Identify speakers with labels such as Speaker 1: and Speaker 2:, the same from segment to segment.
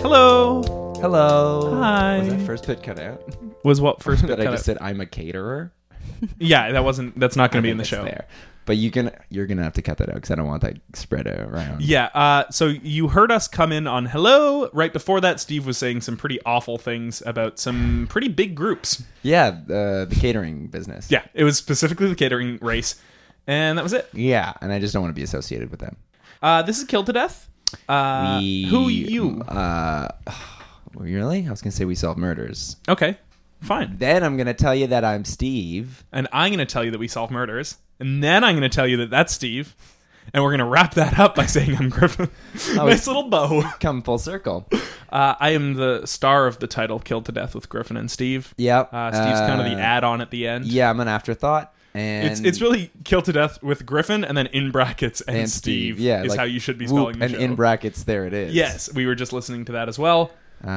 Speaker 1: Hello!
Speaker 2: Hello.
Speaker 1: Hi.
Speaker 2: Was that first bit cut out?
Speaker 1: Was what first bit
Speaker 2: that I
Speaker 1: cut
Speaker 2: just
Speaker 1: out?
Speaker 2: said I'm a caterer.
Speaker 1: Yeah, that wasn't. That's not going to be in the
Speaker 2: It's
Speaker 1: show.
Speaker 2: there. But you can you're gonna have to cut that out because I don't want that spread around.
Speaker 1: Yeah. Uh, so you heard us come in on hello. Right before that, Steve was saying some pretty awful things about some pretty big groups.
Speaker 2: Yeah, uh, the catering business.
Speaker 1: Yeah, it was specifically the catering race, and that was it.
Speaker 2: Yeah, and I just don't want to be associated with them.
Speaker 1: Uh, this is Killed to Death. Uh,
Speaker 2: We-
Speaker 1: who you?
Speaker 2: Uh, really? I was gonna say we solve murders.
Speaker 1: Okay, fine.
Speaker 2: Then I'm gonna tell you that I'm Steve.
Speaker 1: And I'm going to tell you that we solve murders, and then I'm going to tell you that that's Steve, and we're going to wrap that up by saying I'm Griffin. nice little bow.
Speaker 2: Come full circle.
Speaker 1: Uh, I am the star of the title Killed to Death with Griffin and Steve.
Speaker 2: Yep.
Speaker 1: Uh, Steve's kind of the
Speaker 2: Uh,
Speaker 1: add-on at the end.
Speaker 2: Yeah, I'm an afterthought. And
Speaker 1: It's, it's really kill to death with Griffin and then in brackets and,
Speaker 2: and
Speaker 1: Steve,
Speaker 2: Yeah,
Speaker 1: is
Speaker 2: like,
Speaker 1: how you should be
Speaker 2: whoop,
Speaker 1: spelling the
Speaker 2: and
Speaker 1: show.
Speaker 2: in brackets, there it is.
Speaker 1: yes, we were just listening to that as well. so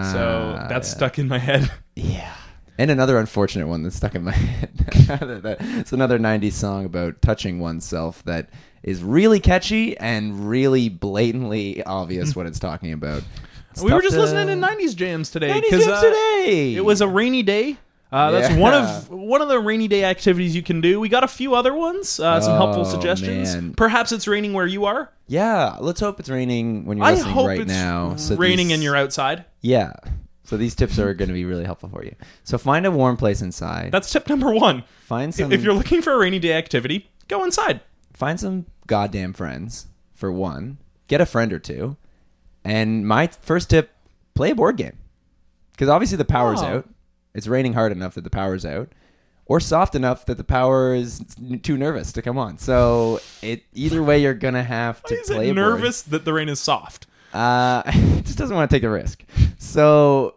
Speaker 2: Ah,
Speaker 1: that's
Speaker 2: yeah.
Speaker 1: stuck in my head.
Speaker 2: Yeah. And another unfortunate one that's stuck in my head. That- that- it's another 90s song about touching oneself that is really catchy and really blatantly obvious what it's talking about. It's
Speaker 1: Hmm. we were
Speaker 2: tough
Speaker 1: just
Speaker 2: to-
Speaker 1: listening to 90s jams today
Speaker 2: 90s
Speaker 1: 'cause,
Speaker 2: jams
Speaker 1: uh,
Speaker 2: today.
Speaker 1: it was a rainy day. Uh, that's
Speaker 2: Yeah.
Speaker 1: one of one of the rainy day activities you can do. We got a few other ones, uh, some helpful
Speaker 2: Oh,
Speaker 1: suggestions.
Speaker 2: man.
Speaker 1: Perhaps it's raining where you are.
Speaker 2: Yeah, let's hope it's raining when you're
Speaker 1: I
Speaker 2: listening
Speaker 1: hope
Speaker 2: right
Speaker 1: it's
Speaker 2: now. So
Speaker 1: raining
Speaker 2: these-
Speaker 1: and you're outside.
Speaker 2: Yeah. So these tips are going to be really helpful for you. So find a warm place inside.
Speaker 1: That's tip number one.
Speaker 2: find some
Speaker 1: If you're looking for a rainy day activity, go inside.
Speaker 2: find some goddamn friends for one get a friend or two and my first tip play a board game because obviously the power's
Speaker 1: Oh.
Speaker 2: out it's raining hard enough that the power's out or soft enough that the power is n- too nervous to come on so it either way you're gonna have to
Speaker 1: Why is
Speaker 2: play
Speaker 1: it
Speaker 2: a board-
Speaker 1: nervous that the rain is soft?
Speaker 2: uh, just doesn't want to take the risk so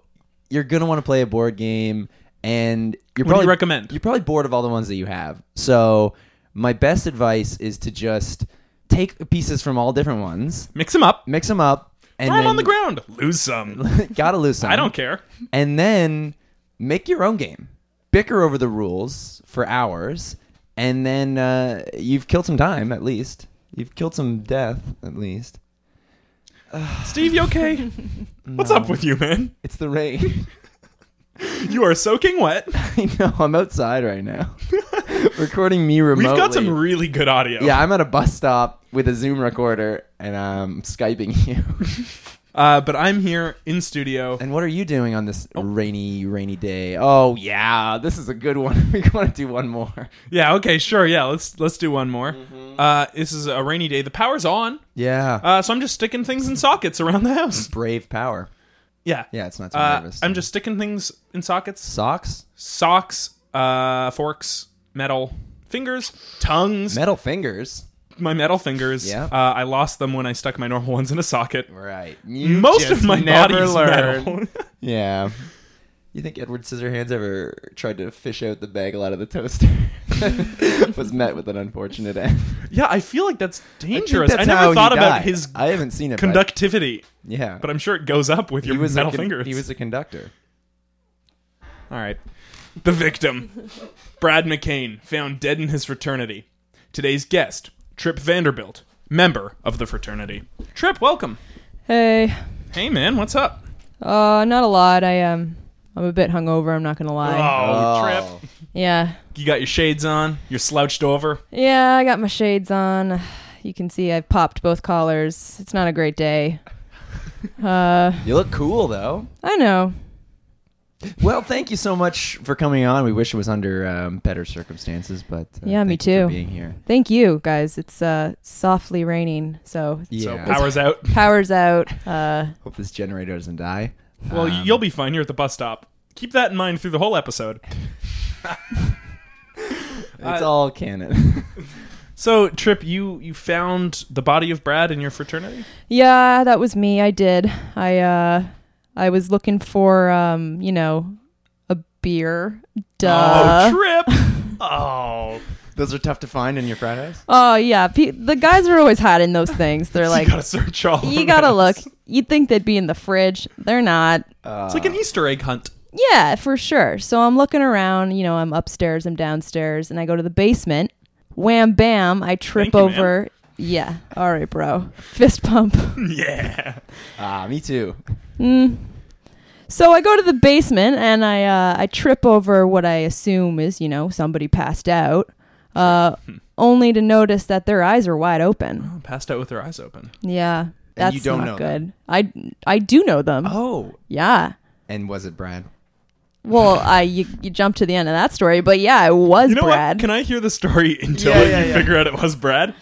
Speaker 2: you're gonna want to play a board game and you're
Speaker 1: What do
Speaker 2: probably
Speaker 1: you recommend?
Speaker 2: you're probably bored of all the ones that you have. So my best advice is to just take pieces from all different ones,
Speaker 1: Mix them up.
Speaker 2: mix them up, and
Speaker 1: Throw them
Speaker 2: then
Speaker 1: on the ground. Lose some.
Speaker 2: gotta lose some.
Speaker 1: I don't care.
Speaker 2: And then make your own game, bicker over the rules for hours, and then uh, you've killed some time at least. You've killed some death at least.
Speaker 1: Steve, you okay? What's up with you, man?
Speaker 2: It's the rain.
Speaker 1: You are soaking wet.
Speaker 2: I know. I'm outside right now, recording me remotely.
Speaker 1: We've got some really good audio.
Speaker 2: yeah, I'm at a bus stop with a Zoom recorder, and I'm skyping you.
Speaker 1: Uh, but I'm here in studio.
Speaker 2: And what are you doing on this
Speaker 1: Oh.
Speaker 2: rainy, rainy day? Oh yeah, this is a good one. we want to do one more.
Speaker 1: Yeah. Okay. Sure. Yeah. Let's let's do one more.
Speaker 2: Mm-hmm.
Speaker 1: Uh, this is a rainy day. The power's on.
Speaker 2: Yeah,
Speaker 1: Uh, so I'm just sticking things in sockets around the house.
Speaker 2: brave power.
Speaker 1: Yeah.
Speaker 2: Yeah, it's not too
Speaker 1: Uh,
Speaker 2: nervous.
Speaker 1: I'm just sticking things in sockets.
Speaker 2: socks,
Speaker 1: Socks, uh, forks, metal, fingers, tongues.
Speaker 2: metal fingers.
Speaker 1: my metal fingers.
Speaker 2: Yeah.
Speaker 1: Uh, I lost them when I stuck my normal ones in a socket.
Speaker 2: Right. You
Speaker 1: Most
Speaker 2: just
Speaker 1: of my
Speaker 2: never
Speaker 1: body's
Speaker 2: learn.
Speaker 1: metal.
Speaker 2: Yeah. You think Edward Scissorhands ever tried to fish out the bagel out of the toaster? was met with an unfortunate end.
Speaker 1: yeah, I feel like that's
Speaker 2: I think
Speaker 1: dangerous. I,
Speaker 2: that's how
Speaker 1: never
Speaker 2: he
Speaker 1: thought about
Speaker 2: died.
Speaker 1: his
Speaker 2: I haven't seen it. but-
Speaker 1: conductivity,
Speaker 2: yeah,
Speaker 1: but I'm sure it goes up with your
Speaker 2: he was
Speaker 1: metal
Speaker 2: a con-
Speaker 1: fingers.
Speaker 2: He was a conductor.
Speaker 1: All right. The victim, Brad McCain, found dead in his fraternity. Today's guest, Trip Vanderbilt, member of the fraternity. Trip, welcome.
Speaker 3: Hey,
Speaker 1: Hey, man, what's up?
Speaker 3: uh, not a lot. I um, I'm a bit hungover. I'm not gonna lie.
Speaker 1: oh,
Speaker 2: Oh.
Speaker 1: Trip.
Speaker 3: Yeah,
Speaker 1: You got your shades on. You're slouched over.
Speaker 3: yeah. I got my shades on. You can see I've popped both collars. It's not a great day. Uh,
Speaker 2: You look cool though.
Speaker 3: I know.
Speaker 2: Well, thank you so much for coming on. We wish it was under um, better circumstances, but uh,
Speaker 3: Yeah, me
Speaker 2: thank you for
Speaker 3: too.
Speaker 2: being here.
Speaker 3: Thank you guys. It's uh, softly raining, so
Speaker 2: Yeah.
Speaker 1: So powers out.
Speaker 3: power's out. Uh,
Speaker 2: Hope this generator doesn't die.
Speaker 1: Well,
Speaker 2: Um,
Speaker 1: you'll be fine. You're at the bus stop. Keep that in mind through the whole episode.
Speaker 2: It's all canon.
Speaker 1: So, Trip, you you found the body of Brad in your fraternity.
Speaker 3: yeah, that was me. I did. I uh, I was looking for um, you know, a beer. Duh.
Speaker 1: Oh, Trip. Oh,
Speaker 2: Those are tough to find in your Fridays.
Speaker 3: Oh, yeah. Pe- the guys are always hiding those things. They're like,
Speaker 1: you gotta search all.
Speaker 3: you
Speaker 1: around.
Speaker 3: gotta look. You'd think they'd be in the fridge. They're not.
Speaker 1: It's like an Easter egg hunt.
Speaker 3: Yeah, for sure. So I'm looking around, you know, I'm upstairs, I'm downstairs, and I go to the basement. Wham bam, I trip
Speaker 1: Thank you,
Speaker 3: over. Yeah. All right, bro. Fist pump.
Speaker 1: Yeah.
Speaker 2: Ah, me too.
Speaker 3: Mm. So I go to the basement and I uh, I trip over what I assume is you know somebody passed out, uh,
Speaker 1: Hmm.
Speaker 3: only to notice that their eyes are wide open.
Speaker 1: Oh, Passed out with their eyes open.
Speaker 3: Yeah,
Speaker 2: And
Speaker 3: that's
Speaker 2: you don't
Speaker 3: not
Speaker 2: know
Speaker 3: good. I I do know them.
Speaker 1: Oh,
Speaker 3: Yeah.
Speaker 2: And was it Brad?
Speaker 3: Well, I you, you jumped to the end of that story, but yeah, it was
Speaker 1: you know
Speaker 3: Brad.
Speaker 1: what? Can I hear the story until
Speaker 2: Yeah, yeah,
Speaker 1: you
Speaker 2: yeah.
Speaker 1: figure out it was Brad?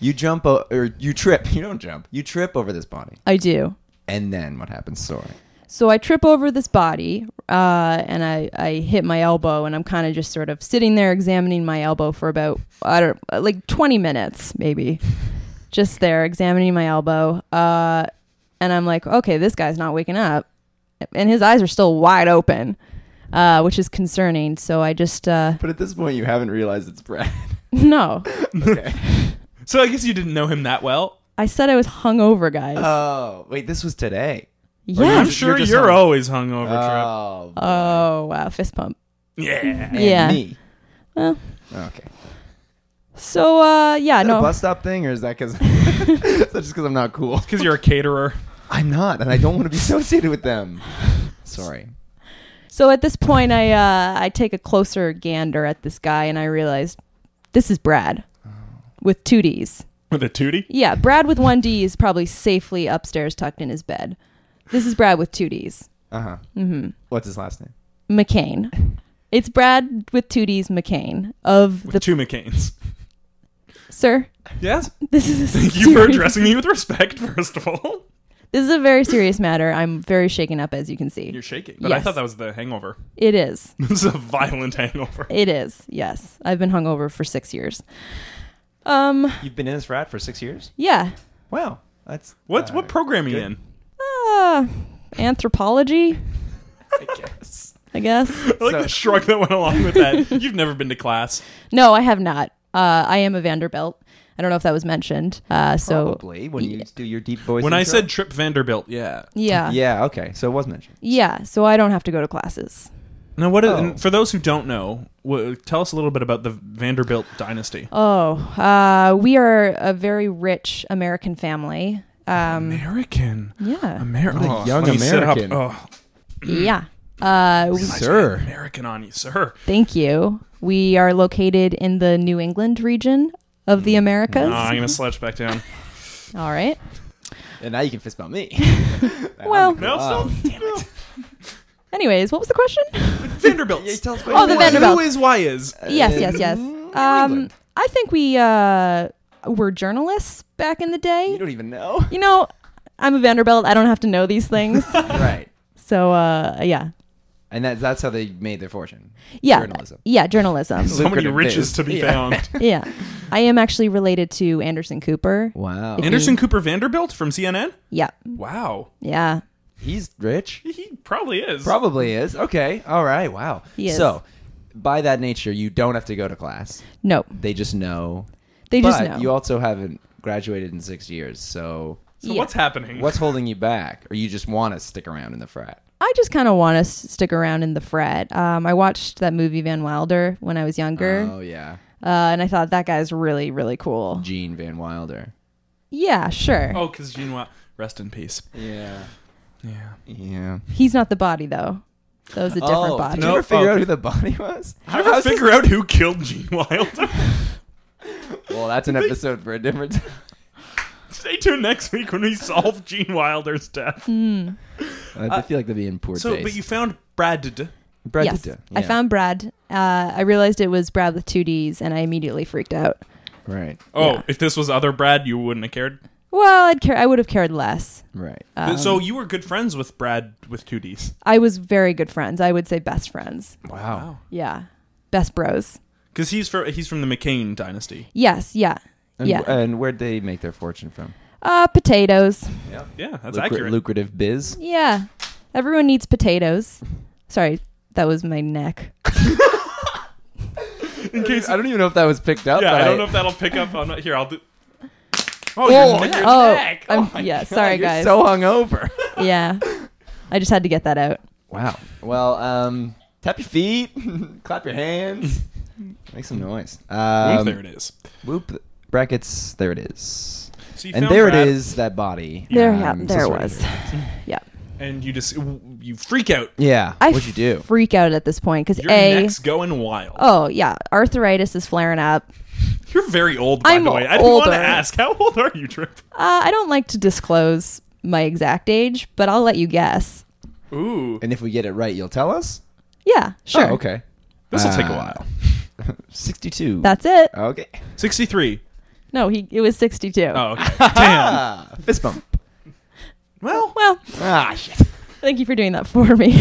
Speaker 2: You jump o- or you trip. You don't jump. You trip over this body.
Speaker 3: I do.
Speaker 2: And then what happens? Sorry.
Speaker 3: So I trip over this body uh, and I, I hit my elbow, and I'm kind of just sort of sitting there examining my elbow for about, I don't like 20 minutes maybe. just there examining my elbow. Uh, and I'm like, okay, this guy's not waking up. And his eyes are still wide open, uh, which is concerning. So I just, uh,
Speaker 2: But at this point, you haven't realized it's Brad.
Speaker 3: no.
Speaker 1: So I guess you didn't know him that well.
Speaker 3: I said I was hungover, guys.
Speaker 2: Oh, wait, this was today.
Speaker 3: yeah.
Speaker 1: I'm
Speaker 2: You're
Speaker 1: sure you're,
Speaker 2: just hung-
Speaker 1: always hungover, Trip.
Speaker 2: Oh,
Speaker 3: Oh, wow. Fist pump.
Speaker 1: Yeah.
Speaker 2: and
Speaker 3: yeah.
Speaker 2: Me.
Speaker 3: Well.
Speaker 2: Oh, Okay.
Speaker 3: So, uh, yeah,
Speaker 2: Is that a
Speaker 3: no.
Speaker 2: bus stop thing, or is that because that's just because I'm not cool?
Speaker 1: Because you're a caterer.
Speaker 2: I'm not, and I don't want to be associated with them. Sorry.
Speaker 3: So at this point, I uh, I take a closer gander at this guy, and I realize this is Brad
Speaker 1: Oh.
Speaker 3: with two D's.
Speaker 1: With a tootie?
Speaker 3: Yeah, Brad with one D is probably safely upstairs, tucked in his bed. This is Brad with two D's,
Speaker 2: Uh huh. Mm-hmm. What's his last name?
Speaker 3: McCain. It's Brad with two D's, McCain of
Speaker 1: With
Speaker 3: the
Speaker 1: two McCains.
Speaker 3: sir.
Speaker 1: Yes?
Speaker 3: This is a
Speaker 1: Thank you for
Speaker 3: serious-
Speaker 1: addressing me with respect, first of all.
Speaker 3: This is a very serious matter. I'm very shaken up, as you can see.
Speaker 1: You're shaking. But I
Speaker 3: Yes.
Speaker 1: thought that was the hangover.
Speaker 3: It is.
Speaker 1: This is a violent hangover.
Speaker 3: It is. Yes, I've been hungover for six years. Um.
Speaker 2: You've been in this rat for six years.
Speaker 3: Yeah.
Speaker 2: Wow. That's
Speaker 1: What, what program are you
Speaker 2: good.
Speaker 1: in?
Speaker 3: Uh, anthropology.
Speaker 2: I guess.
Speaker 3: I guess.
Speaker 1: I like
Speaker 2: So-
Speaker 1: the shrug that went along with that. You've never been to class.
Speaker 3: No, I have not. Uh, I am a Vanderbilt. I don't know if that was mentioned. Uh, so
Speaker 2: Probably when you do your deep voice.
Speaker 1: When I
Speaker 2: intro.
Speaker 1: said Trip Vanderbilt, yeah.
Speaker 3: yeah, yeah,
Speaker 2: yeah, okay, so it was mentioned.
Speaker 3: So I don't have to go to classes.
Speaker 1: Now, what?
Speaker 2: Oh.
Speaker 1: and for those who don't know, wha- tell us a little bit about the Vanderbilt dynasty.
Speaker 3: Oh, uh, we are a very rich American family. Um,
Speaker 1: American, oh,
Speaker 3: yeah,
Speaker 1: American,
Speaker 2: What a young American.
Speaker 1: Oh,
Speaker 3: yeah. Uh, we-
Speaker 1: nice
Speaker 2: Sir.
Speaker 1: American on you, sir.
Speaker 3: thank you. We are located in the New England region of the Americas.
Speaker 1: Oh, I'm gonna slouch back down.
Speaker 3: All right.
Speaker 2: And now you can fist bump me.
Speaker 3: Well-
Speaker 1: No,
Speaker 2: Wow.
Speaker 1: stop. Damn it.
Speaker 3: Anyways, what was the question?
Speaker 1: Vanderbilt.
Speaker 2: Yeah, tell us what
Speaker 3: Oh, the
Speaker 2: you want.
Speaker 3: Vanderbilt.
Speaker 1: Who is why is?
Speaker 3: yes, yes, yes. Um,
Speaker 2: England.
Speaker 3: I think we uh, were journalists back in the
Speaker 2: You
Speaker 3: day.
Speaker 2: don't even know.
Speaker 3: You know, I'm a Vanderbilt. I don't have to know these things.
Speaker 2: right.
Speaker 3: so uh, yeah,
Speaker 2: And that, that's how they made their fortune.
Speaker 3: yeah,
Speaker 2: Journalism.
Speaker 3: yeah, journalism.
Speaker 1: So many
Speaker 2: Lucrative
Speaker 1: riches
Speaker 2: biz.
Speaker 1: to be
Speaker 2: Yeah.
Speaker 1: found.
Speaker 3: yeah, I am actually related to Anderson Cooper.
Speaker 2: Wow.
Speaker 1: Anderson Cooper Vanderbilt from CNN.
Speaker 3: Yeah,
Speaker 1: Wow,
Speaker 3: yeah,
Speaker 2: He's rich.
Speaker 1: he probably is.
Speaker 2: Probably is. Okay. All right. Wow.
Speaker 3: He is.
Speaker 2: So, by that nature, you don't have to go to class.
Speaker 3: no,
Speaker 2: They just know.
Speaker 3: they
Speaker 2: but
Speaker 3: just know.
Speaker 2: you also haven't graduated in six years. So,
Speaker 1: So
Speaker 3: Yeah.
Speaker 1: what's happening?
Speaker 2: what's holding you back? Or you just want to stick around in the frat?
Speaker 3: I just kind of want to s- stick around in the frat. Um, I watched that movie Van Wilder when I was younger,
Speaker 2: Oh, yeah.
Speaker 3: uh, and I thought that guy's really, really cool.
Speaker 2: Gene Van Wilder.
Speaker 3: Yeah, sure.
Speaker 1: Oh, because Gene Wa- rest in peace.
Speaker 2: Yeah.
Speaker 1: Yeah.
Speaker 2: Yeah.
Speaker 3: He's not the body though. That was a different
Speaker 2: oh,
Speaker 3: body.
Speaker 2: Did you
Speaker 1: No,
Speaker 2: ever figure
Speaker 1: oh.
Speaker 2: out who the body was?
Speaker 1: Did you ever figure out who killed Gene Wilder?
Speaker 2: Well, that's an episode for a different time.
Speaker 1: Stay tuned next week when we solve Gene Wilder's death.
Speaker 2: I feel like they'd be in poor
Speaker 1: So,
Speaker 2: taste.
Speaker 1: but you found Brad.
Speaker 2: Brad
Speaker 3: yes,
Speaker 2: did do-
Speaker 3: I
Speaker 2: yeah.
Speaker 3: found Brad. Uh, I realized it was Brad with two D's, and I immediately freaked out.
Speaker 2: Right.
Speaker 1: Oh,
Speaker 3: Yeah.
Speaker 1: if this was other Brad, you wouldn't have cared.
Speaker 3: Well, I'd care. I would have cared less.
Speaker 2: Right.
Speaker 1: Th-
Speaker 3: Um,
Speaker 1: so you were good friends with Brad with two D's.
Speaker 3: I was very good friends. I would say best friends.
Speaker 2: wow.
Speaker 3: Yeah, best bros.
Speaker 1: Because he's from he's from the McCain dynasty.
Speaker 3: Yes, yeah,
Speaker 2: And,
Speaker 3: yeah.
Speaker 2: and where'd they make their fortune from?
Speaker 3: Uh, potatoes.
Speaker 1: Yeah, that's
Speaker 2: Lucra-
Speaker 1: accurate.
Speaker 2: lucrative biz.
Speaker 3: Yeah, everyone needs potatoes. Sorry, That was my neck.
Speaker 1: In case,
Speaker 2: I don't even know if that was picked up.
Speaker 1: yeah,
Speaker 2: but
Speaker 1: I don't know if that'll pick up on here. I'll do. Oh,
Speaker 2: Oh,
Speaker 1: your neck-
Speaker 2: yeah.
Speaker 1: your
Speaker 3: Oh,
Speaker 1: neck.
Speaker 3: I'm-
Speaker 1: my
Speaker 3: yeah,
Speaker 1: God.
Speaker 3: sorry,
Speaker 2: You're
Speaker 3: guys.
Speaker 2: so hungover.
Speaker 3: yeah. I just had to get that out.
Speaker 2: Wow. Well, um, tap your feet, clap your hands, make some noise. Um,
Speaker 1: Whoop, there it is.
Speaker 2: Whoop. Brackets. There it is.
Speaker 1: So you
Speaker 2: and
Speaker 1: found
Speaker 2: there
Speaker 1: Brad,
Speaker 2: it is. That body.
Speaker 3: There,
Speaker 2: Um,
Speaker 3: yeah,
Speaker 2: so
Speaker 3: there it
Speaker 2: sorry to
Speaker 3: was.
Speaker 2: hear that.
Speaker 3: yeah.
Speaker 1: And you just you freak out.
Speaker 2: Yeah.
Speaker 3: I
Speaker 2: What'd you do?
Speaker 3: freak out at this point because
Speaker 1: Your
Speaker 3: a
Speaker 1: neck's going wild.
Speaker 3: oh yeah, arthritis is flaring up.
Speaker 1: You're very old, by
Speaker 3: I'm
Speaker 1: the way. I didn't want
Speaker 3: older.
Speaker 1: to ask. How old are you, Trip?
Speaker 3: Uh, I don't like to disclose my exact age, but I'll let you guess.
Speaker 1: Ooh,
Speaker 2: And if we get it right, you'll tell us.
Speaker 3: Yeah, sure.
Speaker 2: Oh, okay.
Speaker 1: this will take a
Speaker 2: Uh,
Speaker 1: while.
Speaker 2: Sixty-two.
Speaker 3: That's it.
Speaker 2: okay.
Speaker 1: Sixty-three.
Speaker 3: No, he it was 62.
Speaker 1: Oh, okay. damn.
Speaker 2: Ah, fist bump.
Speaker 1: Well,
Speaker 3: Well,
Speaker 2: Ah, shit.
Speaker 3: thank you for doing that for me.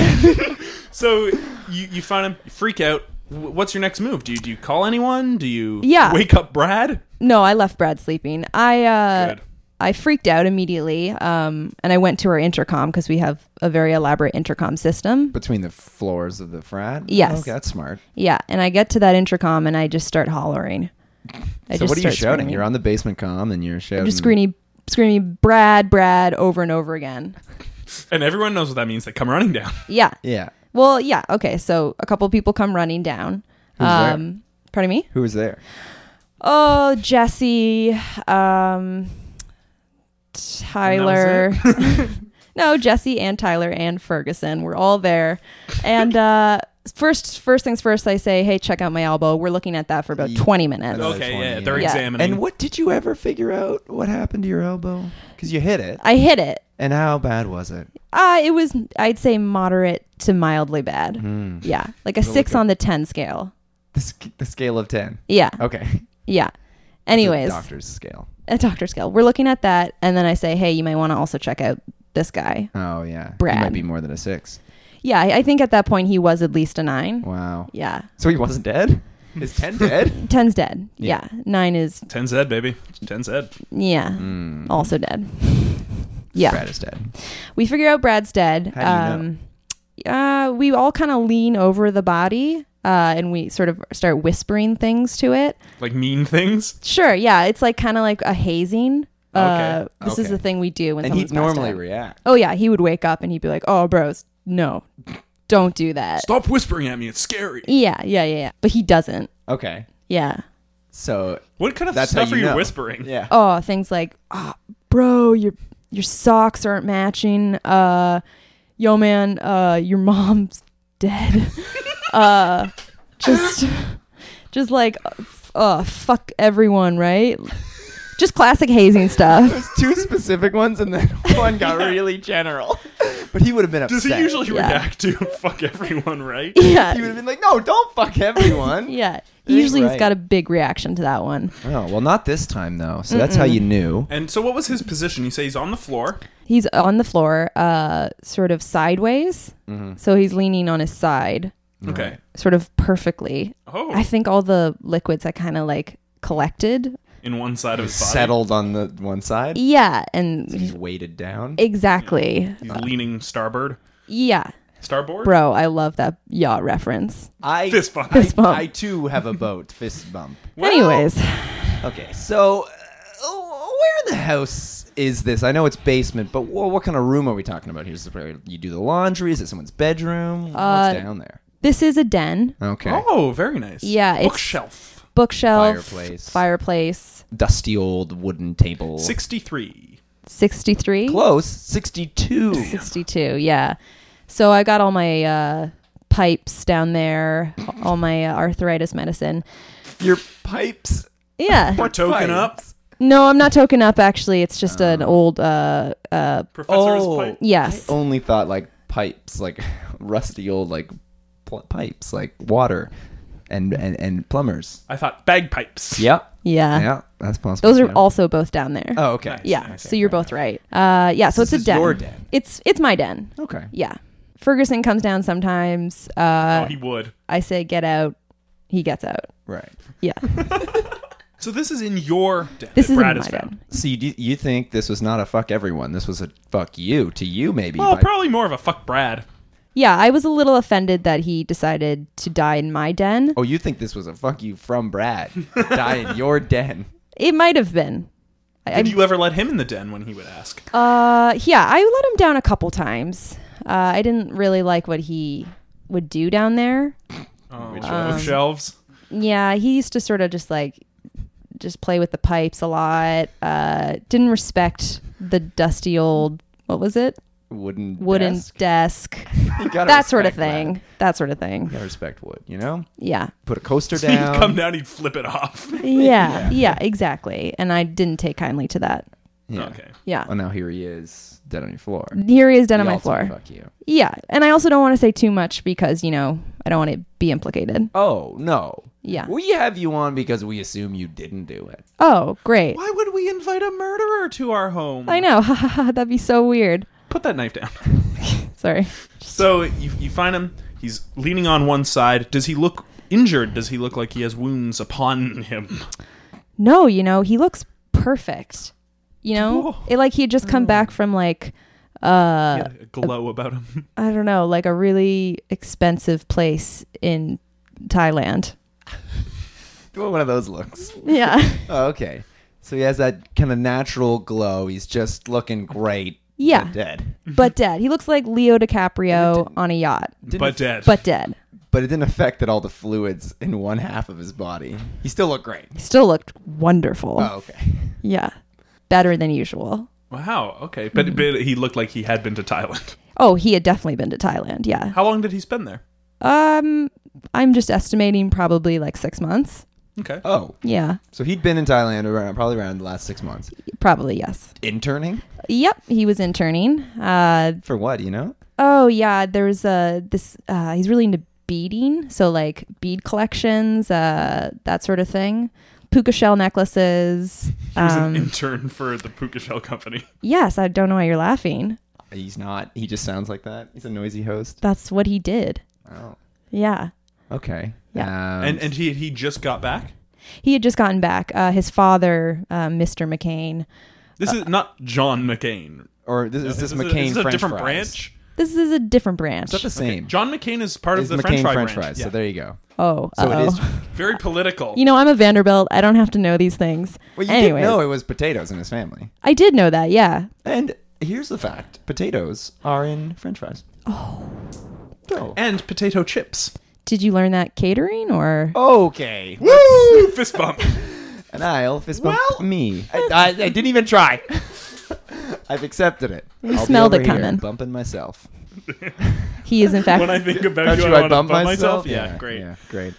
Speaker 1: so you you find him, you freak out. Wh- What's your next move? Do you do you call anyone? Do you
Speaker 3: Yeah.
Speaker 1: wake up Brad?
Speaker 3: no, I left Brad sleeping. I uh
Speaker 1: Good.
Speaker 3: I freaked out immediately. Um and I went to our intercom because we have a very elaborate intercom system.
Speaker 2: Between the floors of the frat.
Speaker 3: Yes.
Speaker 2: Okay, that's smart.
Speaker 3: Yeah, and I get to that intercom and I just start hollering. I
Speaker 2: so what are you shouting?
Speaker 3: start screaming.
Speaker 2: You're on the basement com and you're shouting.
Speaker 3: I'm just screaming screaming Brad, Brad over and over again.
Speaker 1: And everyone knows what that means. They come running down.
Speaker 3: Yeah.
Speaker 2: Yeah.
Speaker 3: Well, yeah, okay. So a couple people come running down. Um,
Speaker 2: Who's there?
Speaker 3: pardon me?
Speaker 2: Who was there?
Speaker 3: Oh, Jesse, um, Tyler. no, Jesse and Tyler and Ferguson. We're all there. And uh, first, first things first, I say, hey, check out my elbow. We're looking at that for about
Speaker 2: Ye-
Speaker 3: twenty minutes.
Speaker 2: Another
Speaker 1: Okay,
Speaker 2: 20,
Speaker 1: yeah,
Speaker 2: yeah.
Speaker 1: they're
Speaker 3: Yeah.
Speaker 1: examining.
Speaker 2: And what did you ever figure out? What happened to your elbow? Because you hit it.
Speaker 3: I hit it.
Speaker 2: And how bad was it?
Speaker 3: Uh, it was, I'd say, moderate to mildly bad.
Speaker 2: Mm-hmm.
Speaker 3: Yeah, like a
Speaker 2: look
Speaker 3: six
Speaker 2: at-
Speaker 3: on the ten scale.
Speaker 2: Hmm. The, sc- the scale of ten.
Speaker 3: Yeah,
Speaker 2: Okay.
Speaker 3: yeah.
Speaker 2: The
Speaker 3: Anyways,
Speaker 2: doctor's scale.
Speaker 3: a doctor scale. We're looking at that, and then I say, hey, you might want to also check out this guy.
Speaker 2: Oh yeah.
Speaker 3: Brad.
Speaker 2: He might be more than a six.
Speaker 3: Yeah, I I think at that point he was at least a nine.
Speaker 2: Wow.
Speaker 3: Yeah.
Speaker 2: So he wasn't dead. Is ten dead?
Speaker 3: Ten's dead.
Speaker 2: Yeah.
Speaker 3: Yeah. Nine is,
Speaker 1: Ten's dead, baby. Ten's dead.
Speaker 3: yeah,
Speaker 2: Mm.
Speaker 3: also dead. Yeah.
Speaker 2: Brad is dead.
Speaker 3: We figure out Brad's dead.
Speaker 2: How do you
Speaker 3: um, uh, we all kind of lean over the body uh, and we sort of start whispering things to it.
Speaker 1: Like mean things.
Speaker 3: Sure. Yeah. It's like kind of like a hazing. Uh,
Speaker 1: Okay,
Speaker 3: This is
Speaker 2: okay.
Speaker 3: the thing we do when
Speaker 2: And
Speaker 3: someone's
Speaker 2: he'd
Speaker 3: passed
Speaker 2: normally
Speaker 3: out.
Speaker 2: react.
Speaker 3: Oh, yeah. He would wake up and he'd be like, oh, bros, no, don't do that.
Speaker 1: Stop whispering at me. It's scary.
Speaker 3: Yeah. Yeah. Yeah. yeah. But he doesn't.
Speaker 2: Okay.
Speaker 3: Yeah.
Speaker 2: So
Speaker 1: What kind of
Speaker 2: that's
Speaker 1: stuff
Speaker 2: how
Speaker 1: are
Speaker 2: you
Speaker 1: you
Speaker 2: know.
Speaker 1: whispering?
Speaker 2: yeah.
Speaker 3: oh things like oh, bro your your socks aren't matching uh yo man uh your mom's dead uh just just like uh fuck everyone right just classic hazing stuff
Speaker 2: There's two specific ones, and then one got really general. But he would have been upset.
Speaker 1: Does he usually
Speaker 3: Yeah.
Speaker 1: react to fuck everyone, right?
Speaker 2: He would
Speaker 3: yeah
Speaker 2: have been like, "No, don't fuck everyone."
Speaker 3: yeah
Speaker 2: ain't
Speaker 3: usually
Speaker 2: right.
Speaker 3: he's got a big reaction to that one
Speaker 2: Oh well, not this time though. So that's how you knew.
Speaker 1: And so, what was his position? You say he's on the floor.
Speaker 3: he's on the floor uh sort of sideways
Speaker 2: Mm-hmm.
Speaker 3: so he's leaning on his side
Speaker 1: Okay.
Speaker 3: sort of perfectly
Speaker 1: Oh,
Speaker 3: I think all the liquids I kind of like collected.
Speaker 1: in one side of his body.
Speaker 2: Settled on the one side.
Speaker 3: Yeah,
Speaker 2: So
Speaker 3: and
Speaker 2: he's weighted down.
Speaker 3: exactly.
Speaker 1: He's leaning starboard.
Speaker 3: Yeah,
Speaker 1: Starboard.
Speaker 3: bro, I love that yacht reference.
Speaker 2: I
Speaker 1: Fist bump.
Speaker 2: I,
Speaker 3: Fist bump.
Speaker 2: I too have a boat. Fist bump.
Speaker 1: Well,
Speaker 3: Anyways,
Speaker 2: Okay, so uh, where in the house is this? I know it's basement, but wha- what kind of room are we talking about here? Is this where you do the laundry? Is it someone's bedroom?
Speaker 3: Uh,
Speaker 2: What's down there?
Speaker 3: this is a den,
Speaker 2: Okay,
Speaker 1: Oh, very nice.
Speaker 3: Yeah, it's-
Speaker 1: Bookshelf.
Speaker 3: bookshelf,
Speaker 2: Fireplace.
Speaker 3: fireplace,
Speaker 2: dusty old wooden table.
Speaker 1: Sixty-three.
Speaker 3: 63,
Speaker 2: Close. Sixty-two.
Speaker 3: 62. Yeah. So I got all my uh, pipes down there, all my uh, arthritis medicine.
Speaker 2: Your pipes.
Speaker 3: Yeah.
Speaker 1: Token up.
Speaker 2: Pipes.
Speaker 3: No, I'm not token up. Actually, it's just an old. Uh, uh,
Speaker 1: Professor's
Speaker 2: Oh.
Speaker 1: pipe.
Speaker 3: yes.
Speaker 2: I only thought like pipes, like rusty old like pl- pipes, like water, and and and plumbers.
Speaker 1: I thought bagpipes.
Speaker 2: Yeah,
Speaker 3: Yeah.
Speaker 2: yeah, that's possible.
Speaker 3: Those are
Speaker 2: too.
Speaker 3: also both down there.
Speaker 2: Oh, okay.
Speaker 1: Nice.
Speaker 3: Yeah,
Speaker 1: Okay,
Speaker 3: so you're both right. Uh, yeah, so
Speaker 2: This
Speaker 3: it's
Speaker 2: is
Speaker 3: a den.
Speaker 2: your den.
Speaker 3: It's it's my den.
Speaker 2: Okay.
Speaker 3: Yeah. Ferguson comes down sometimes. Uh,
Speaker 1: Oh, he would.
Speaker 3: I say get out. He gets out.
Speaker 2: Right.
Speaker 3: Yeah.
Speaker 1: So this is in your den.
Speaker 3: This
Speaker 1: that
Speaker 3: is
Speaker 1: Brad
Speaker 3: in my
Speaker 1: has found.
Speaker 3: den.
Speaker 2: So you, you think this was not a fuck everyone? This was a fuck you to you maybe?
Speaker 1: Well,
Speaker 2: by-
Speaker 1: probably more of a fuck Brad.
Speaker 3: yeah, I was a little offended that he decided to die in my den.
Speaker 2: Oh, you think this was a fuck you from Brad? Die in your den.
Speaker 3: It might have been. I,
Speaker 1: Did
Speaker 3: I-
Speaker 1: you ever let him in the den when he would ask?
Speaker 3: Uh, yeah, I let him down a couple times. Uh, I didn't really like what he would do down there.
Speaker 1: Oh,
Speaker 3: Um,
Speaker 1: shelves.
Speaker 3: Yeah, he used to sort of just like just play with the pipes a lot. Uh, didn't respect the dusty old what was it
Speaker 2: Wooden
Speaker 3: wooden
Speaker 2: desk.
Speaker 3: desk,
Speaker 2: You gotta
Speaker 3: that sort of
Speaker 2: respect
Speaker 3: thing.
Speaker 2: That.
Speaker 3: That. sort of thing.
Speaker 2: You gotta respect wood, you know?
Speaker 3: Yeah,
Speaker 2: Put a coaster
Speaker 1: He'd
Speaker 2: down.
Speaker 1: come down, he'd flip it off.
Speaker 3: yeah, yeah, exactly. And I didn't take kindly to that.
Speaker 2: Yeah.
Speaker 1: Okay.
Speaker 3: Yeah,
Speaker 2: Well, now here he is, dead on your floor.
Speaker 3: here he is dead on
Speaker 2: The
Speaker 3: my
Speaker 2: ultimate
Speaker 3: floor.
Speaker 2: Fuck you.
Speaker 3: Yeah, and I also don't want to say too much because you know I don't want to be implicated.
Speaker 2: Oh, no.
Speaker 3: Yeah.
Speaker 2: We have you on because we assume you didn't do it.
Speaker 3: Oh, great.
Speaker 1: Why would we invite a murderer to our home?
Speaker 3: I know. That'd be so weird.
Speaker 1: Put that knife down.
Speaker 3: Sorry.
Speaker 1: So you, you find him. He's leaning on one side. Does he look injured? Does he look like he has wounds upon him?
Speaker 3: No, you know, he looks perfect. You know?
Speaker 1: Oh.
Speaker 3: It like he had just come back from like uh
Speaker 1: Yeah, a glow about him.
Speaker 3: I don't know, like a really expensive place in Thailand.
Speaker 2: Well, One of those looks.
Speaker 3: Yeah.
Speaker 2: Oh, okay. So he has that kind of natural glow. He's just looking great.
Speaker 3: Yeah.
Speaker 2: but Dead.
Speaker 3: but dead. He looks like Leo DiCaprio on a yacht.
Speaker 1: but dead.
Speaker 3: But dead.
Speaker 2: But it didn't affect that all the fluids in one half of his body. He still looked great.
Speaker 3: He still looked wonderful.
Speaker 2: Oh, okay.
Speaker 3: Yeah. Better than usual.
Speaker 1: wow. Okay. But,
Speaker 2: Hmm.
Speaker 1: but he looked like he had been to Thailand.
Speaker 3: Oh, he had definitely been to Thailand, yeah.
Speaker 1: How long did he spend there?
Speaker 3: Um I'm just estimating probably like six months.
Speaker 1: Okay.
Speaker 2: Oh,
Speaker 3: Yeah.
Speaker 2: so he'd been in Thailand around, probably around the last six months.
Speaker 3: Probably yes.
Speaker 2: Interning?
Speaker 3: Yep, he was interning. Uh,
Speaker 2: For what, you know?
Speaker 3: oh yeah, there was a this. Uh, he's really into beading, so like bead collections, uh, that sort of thing. Puka shell necklaces.
Speaker 1: He was an
Speaker 3: um,
Speaker 1: intern for the Puka Shell Company.
Speaker 3: yes, I don't know why you're laughing.
Speaker 2: He's not. He just sounds like that. He's a noisy host.
Speaker 3: That's what he did.
Speaker 2: Oh,
Speaker 3: Yeah,
Speaker 2: okay.
Speaker 3: Yeah.
Speaker 2: Um,
Speaker 1: and and he he just got back.
Speaker 3: he had just gotten back. Uh, his father, uh, Mr. McCain.
Speaker 1: This is not John McCain.
Speaker 2: or Uh, this, is this
Speaker 1: a-
Speaker 2: McCain
Speaker 1: a
Speaker 2: French
Speaker 1: different
Speaker 2: fries?
Speaker 1: branch.
Speaker 3: This is a different branch.
Speaker 2: Is that the same?
Speaker 1: John McCain is part
Speaker 2: It's
Speaker 1: of the French
Speaker 2: McCain
Speaker 1: fry
Speaker 2: French
Speaker 1: branch.
Speaker 2: fries.
Speaker 1: Yeah.
Speaker 2: So there you go.
Speaker 3: oh,
Speaker 2: So it is.
Speaker 3: uh-oh.
Speaker 1: Very political.
Speaker 3: You know, I'm a Vanderbilt. I don't have to know these things.
Speaker 2: Well, you
Speaker 3: Anyways,
Speaker 2: did know it was potatoes in his family.
Speaker 3: I did know that. Yeah,
Speaker 2: And here's the fact: potatoes are in French fries. Oh.
Speaker 1: and potato chips.
Speaker 3: did you learn that catering or?
Speaker 2: Oh. Okay.
Speaker 1: Woo! Fist bump.
Speaker 2: An aisle fist bump
Speaker 1: Well-
Speaker 2: me. I, I, I didn't even try. I've accepted it. You
Speaker 3: smelled it coming.
Speaker 2: Bumping myself.
Speaker 3: He is in fact.
Speaker 1: When I think about
Speaker 2: Don't
Speaker 1: you,
Speaker 2: you?
Speaker 1: I,
Speaker 2: I
Speaker 1: want
Speaker 2: bump
Speaker 1: to bump myself.
Speaker 2: myself.
Speaker 1: Yeah, great.
Speaker 2: Yeah, great.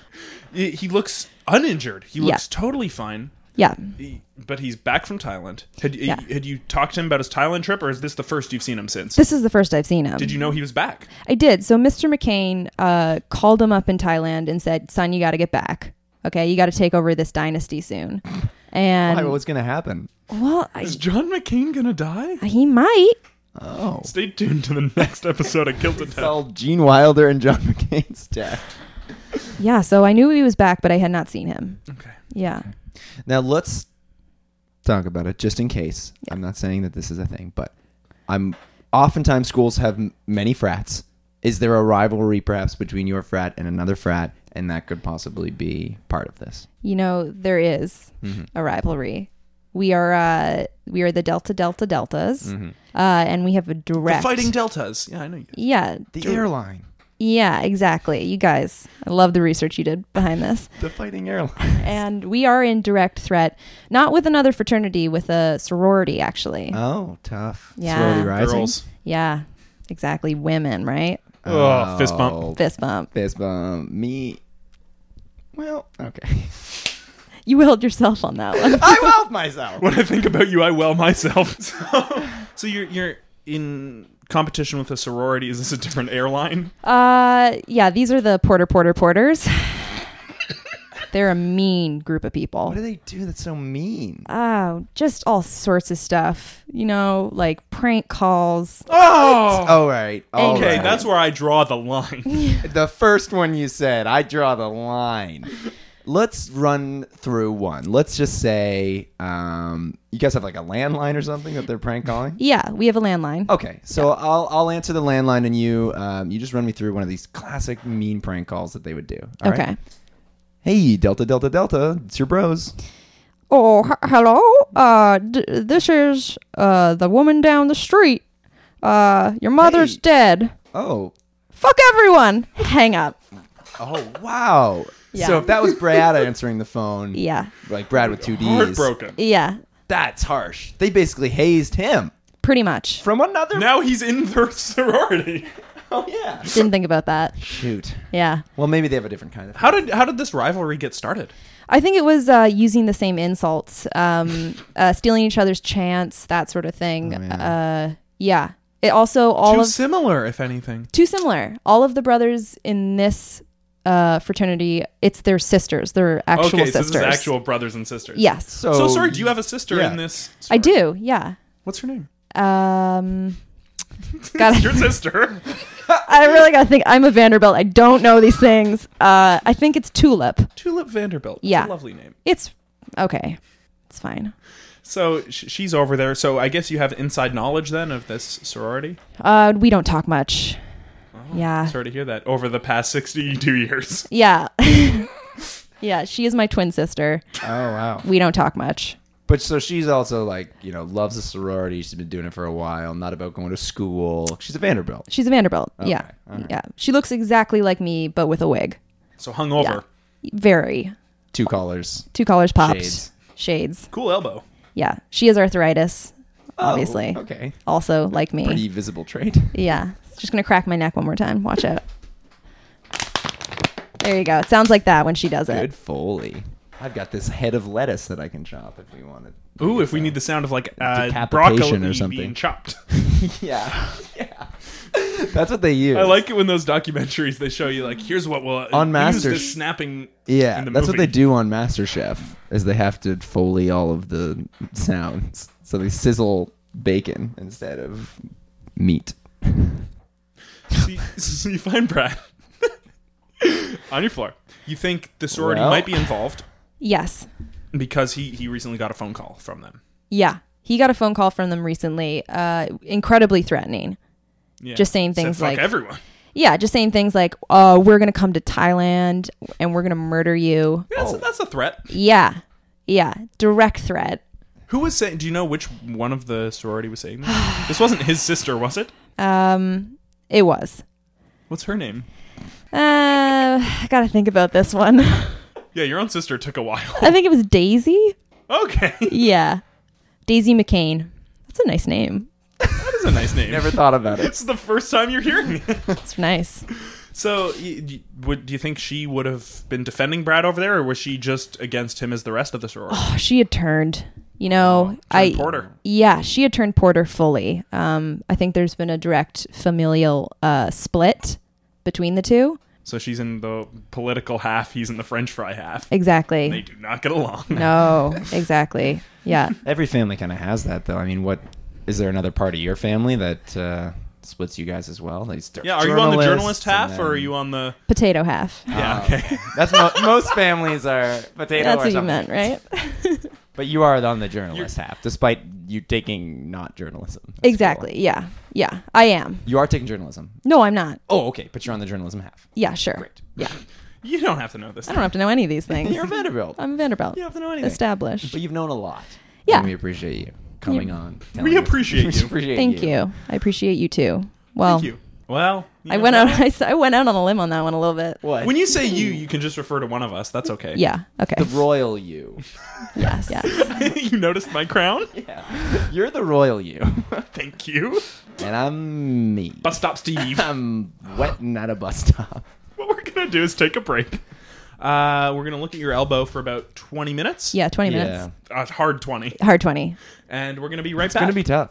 Speaker 1: He he looks uninjured. He
Speaker 3: Yeah.
Speaker 1: looks totally fine.
Speaker 3: yeah.
Speaker 1: He- But he's back from Thailand. Had
Speaker 3: Yeah.
Speaker 1: had you talked to him about his Thailand trip, or is this the first you've seen him since?
Speaker 3: This is the first I've seen him.
Speaker 1: Did you know he was back?
Speaker 3: I did. So Mr. McCain uh, called him up in Thailand and said, "Son, you got to get back. Okay, you got to take over this dynasty soon." And
Speaker 2: Why, what's gonna happen?
Speaker 3: well, I,
Speaker 1: Is John McCain gonna die?
Speaker 3: he might.
Speaker 2: Oh,
Speaker 1: Stay tuned to the next episode of Guilt and
Speaker 2: it's
Speaker 1: Death.
Speaker 2: all Gene Wilder and John McCain's death.
Speaker 3: Yeah. So I knew he was back, but I had not seen him.
Speaker 1: Okay.
Speaker 3: Yeah.
Speaker 2: Now let's talk about it just in case. I'm not saying that this is a thing, but I'm oftentimes schools have m- many frats. Is there a rivalry perhaps between your frat and another frat and that could possibly be part of this?
Speaker 3: You know there is
Speaker 2: Mm-hmm.
Speaker 3: a rivalry. We are uh, we are the Delta Delta Deltas,
Speaker 2: Mm-hmm.
Speaker 3: uh, and we have a direct
Speaker 1: Fighting Deltas. Yeah, I know you.
Speaker 3: yeah.
Speaker 2: The airline.
Speaker 3: Yeah, exactly. You guys, I love the research you did behind this.
Speaker 2: The fighting airline.
Speaker 3: and we are in direct threat, not with another fraternity, with a sorority, actually.
Speaker 2: Oh, tough.
Speaker 3: Yeah.
Speaker 2: Slowly rising.
Speaker 1: Girls.
Speaker 3: yeah, exactly. Women, right?
Speaker 1: Oh, fist bump.
Speaker 2: Oh,
Speaker 3: Fist bump.
Speaker 2: Fist bump. Me. Well, okay.
Speaker 3: You willed yourself on that one.
Speaker 2: I whelp myself.
Speaker 1: When I think about you, I well myself. So, so you're you're in competition with a sorority. Is this a different airline?
Speaker 3: Uh, yeah, these are the Porter Porter Porters. They're a mean group of people.
Speaker 2: What do they do that's so mean?
Speaker 3: Oh, just all sorts of stuff. You know, like prank calls.
Speaker 1: Oh.
Speaker 2: All right. all
Speaker 1: Okay,
Speaker 2: right.
Speaker 1: that's where I draw the line.
Speaker 2: The first one you said, I draw the line. Let's run through one. Let's just say um, you guys have like a landline or something that they're prank calling.
Speaker 3: Yeah, we have a landline.
Speaker 2: Okay, so I'll I'll answer the landline and you um, you just run me through one of these classic mean prank calls that they would do. all right?
Speaker 3: okay.
Speaker 2: Hey, Delta Delta Delta, it's your bros.
Speaker 3: Oh, h- hello. Uh, d- this is uh the woman down the street. Uh, your mother's
Speaker 2: Hey.
Speaker 3: dead.
Speaker 2: Oh,
Speaker 3: Fuck everyone. Hang up.
Speaker 2: oh wow.
Speaker 3: Yeah.
Speaker 2: So if that was Brad answering the phone,
Speaker 3: Yeah.
Speaker 2: like Brad with two D's,
Speaker 1: Heartbroken.
Speaker 3: Yeah.
Speaker 2: That's harsh. They basically hazed him
Speaker 3: Pretty much.
Speaker 2: from another.
Speaker 1: Now he's in their sorority.
Speaker 2: Oh yeah.
Speaker 3: Didn't think about that.
Speaker 2: Shoot.
Speaker 3: Yeah.
Speaker 2: Well, maybe they have a different kind of.
Speaker 1: How did how did this rivalry get started?
Speaker 3: I think it was uh, using the same insults, um, uh, stealing each other's chance, that sort of thing. yeah. Uh, yeah. It also all
Speaker 1: Oh, Too
Speaker 3: of
Speaker 1: similar, if anything.
Speaker 3: too similar. All of the brothers in this uh, fraternity, it's their sisters, their actual
Speaker 1: okay, so
Speaker 3: sisters.
Speaker 1: this is actual brothers and sisters.
Speaker 3: yes,
Speaker 2: So,
Speaker 1: So sorry, do you have a sister
Speaker 2: yeah.
Speaker 1: in this?
Speaker 3: I
Speaker 1: sorority?
Speaker 3: do. Yeah.
Speaker 1: Oh, What's her name?
Speaker 3: Um,
Speaker 1: It's
Speaker 3: gotta,
Speaker 1: your sister.
Speaker 3: I really gotta think. I'm a Vanderbilt. I don't know these things. Uh, I think it's Tulip.
Speaker 1: Tulip Vanderbilt. It's
Speaker 3: Yeah.
Speaker 1: a lovely name.
Speaker 3: It's okay. It's fine.
Speaker 1: So sh- she's over there. So I guess you have inside knowledge then of this sorority.
Speaker 3: Uh, we don't talk much.
Speaker 2: Oh,
Speaker 3: yeah.
Speaker 1: Sorry to hear that. Over the past sixty-two years,
Speaker 3: Yeah. yeah, she is my twin sister.
Speaker 2: Oh wow.
Speaker 3: We don't talk much.
Speaker 2: But so she's also like you know loves the sorority. She's been doing it for a while. Not about going to school. She's a Vanderbilt.
Speaker 3: She's a Vanderbilt. yeah.
Speaker 2: all right.
Speaker 3: Yeah. She looks exactly like me, but with a wig.
Speaker 1: so hungover.
Speaker 3: Yeah. Very.
Speaker 2: Two collars.
Speaker 3: Two collars popped.
Speaker 2: Shades.
Speaker 3: Shades.
Speaker 1: Cool elbow.
Speaker 3: Yeah. She has arthritis, obviously. Eh.
Speaker 2: Oh, okay.
Speaker 3: Also like me.
Speaker 2: Pretty visible trait.
Speaker 3: Yeah. Just going to crack my neck one more time. Watch out. There you go. It sounds like that when she does
Speaker 2: Good
Speaker 3: it.
Speaker 2: foley. I've got this head of lettuce that I can chop if we wanted.
Speaker 1: Ooh, if we need the sound of like uh,
Speaker 2: Decapitation or
Speaker 1: broccoli
Speaker 2: something.
Speaker 1: being chopped.
Speaker 2: Yeah. yeah. That's what they use.
Speaker 1: I like it when those documentaries they show you like here's what will
Speaker 2: On
Speaker 1: use
Speaker 2: Master-
Speaker 1: this snapping.
Speaker 2: Yeah,
Speaker 1: in the
Speaker 2: that's what
Speaker 1: movie.
Speaker 2: they do on MasterChef. Is they have to foley all of the sounds, so they sizzle bacon instead of meat.
Speaker 1: So you, so you find Brad on your floor. You think the sorority
Speaker 2: Well.
Speaker 1: might be involved
Speaker 3: Yes.
Speaker 1: because he he recently got a phone call from them.
Speaker 3: Yeah. He got a phone call from them recently. Uh, incredibly threatening.
Speaker 1: Yeah.
Speaker 3: Just saying
Speaker 1: Said,
Speaker 3: things
Speaker 1: "Fuck
Speaker 3: like-
Speaker 1: everyone.
Speaker 3: Yeah, just saying things like, "Uh, we're gonna come to Thailand and we're gonna murder you."
Speaker 1: Yeah,
Speaker 2: Oh.
Speaker 1: that's, that's a threat.
Speaker 3: Yeah, yeah, direct threat.
Speaker 1: Who was saying? Do you know which one of the sorority was saying this? this wasn't his sister, was it?
Speaker 3: Um, it was.
Speaker 1: What's her name?
Speaker 3: Uh, I gotta think about this one. I
Speaker 1: Yeah, your own sister took a while.
Speaker 3: think it was Daisy.
Speaker 1: Okay, that
Speaker 3: Yeah, Daisy McCain. That's a nice name.
Speaker 1: is a nice name.
Speaker 2: Never thought about it.
Speaker 1: This is the first time you're hearing it.
Speaker 3: It's nice.
Speaker 1: So, y- y- would do you think she would have been defending Brad over there, or was she just against him as the rest of the sorority?
Speaker 3: Oh, she had turned. You know, Oh, I
Speaker 1: Oh, Turned Porter.
Speaker 3: Yeah, she had turned Porter fully. Um, I think there's been a direct familial uh split between the two.
Speaker 1: So she's in the political half, he's in the French fry half.
Speaker 3: Exactly.
Speaker 1: They do not get along.
Speaker 3: No, exactly. Yeah.
Speaker 2: Every family kind of has that, though. I mean, what is there another part of your family that uh, splits you guys as well? They start
Speaker 1: Yeah, are you on the journalist
Speaker 2: journalists and
Speaker 1: half, or are
Speaker 2: then- Um,
Speaker 1: you on the?
Speaker 3: Potato half.
Speaker 1: Yeah, okay.
Speaker 2: That's mo- most families are potato.
Speaker 3: That's
Speaker 2: or
Speaker 3: what you
Speaker 2: something.
Speaker 3: meant, right?
Speaker 2: But you are on the journalist half, despite you taking not journalism. That's cool.
Speaker 3: exactly. Yeah. Yeah. I am.
Speaker 2: You are taking journalism.
Speaker 3: No, I'm not.
Speaker 2: Oh, okay, but you're on the journalism half.
Speaker 3: Yeah, sure.
Speaker 2: Great.
Speaker 3: Yeah.
Speaker 1: You don't have to know this.
Speaker 3: I don't have to know any of these things.
Speaker 2: You're a Vanderbilt.
Speaker 3: I'm Vanderbilt.
Speaker 1: You don't have to know anything.
Speaker 3: Established.
Speaker 2: But you've known a lot.
Speaker 3: Yeah.
Speaker 2: And we appreciate you coming on.
Speaker 1: We
Speaker 2: telling us-
Speaker 1: appreciate you.
Speaker 2: we appreciate
Speaker 3: Thank you. I appreciate you too. Well,
Speaker 1: Thank you. Well, you
Speaker 3: I
Speaker 1: know
Speaker 3: went
Speaker 1: what?
Speaker 3: out. I, s- I went out on a limb on that one a little bit.
Speaker 2: What?
Speaker 1: When you say you, you can just refer to one of us. That's okay.
Speaker 3: Yeah. Okay.
Speaker 2: the royal you.
Speaker 3: yes. Yes.
Speaker 1: you noticed my crown?
Speaker 2: Yeah. You're the royal you.
Speaker 1: Thank you.
Speaker 2: and I'm me.
Speaker 1: Bus stop Steve.
Speaker 2: I'm wetting at a bus stop.
Speaker 1: what we're going to do is take a break. Uh, we're going to look at your elbow for about 20 minutes.
Speaker 3: Yeah. Twenty
Speaker 2: Yeah.
Speaker 3: minutes.
Speaker 1: A hard 20.
Speaker 3: Hard twenty.
Speaker 1: And we're going to be right
Speaker 2: It's
Speaker 1: back.
Speaker 2: gonna be tough.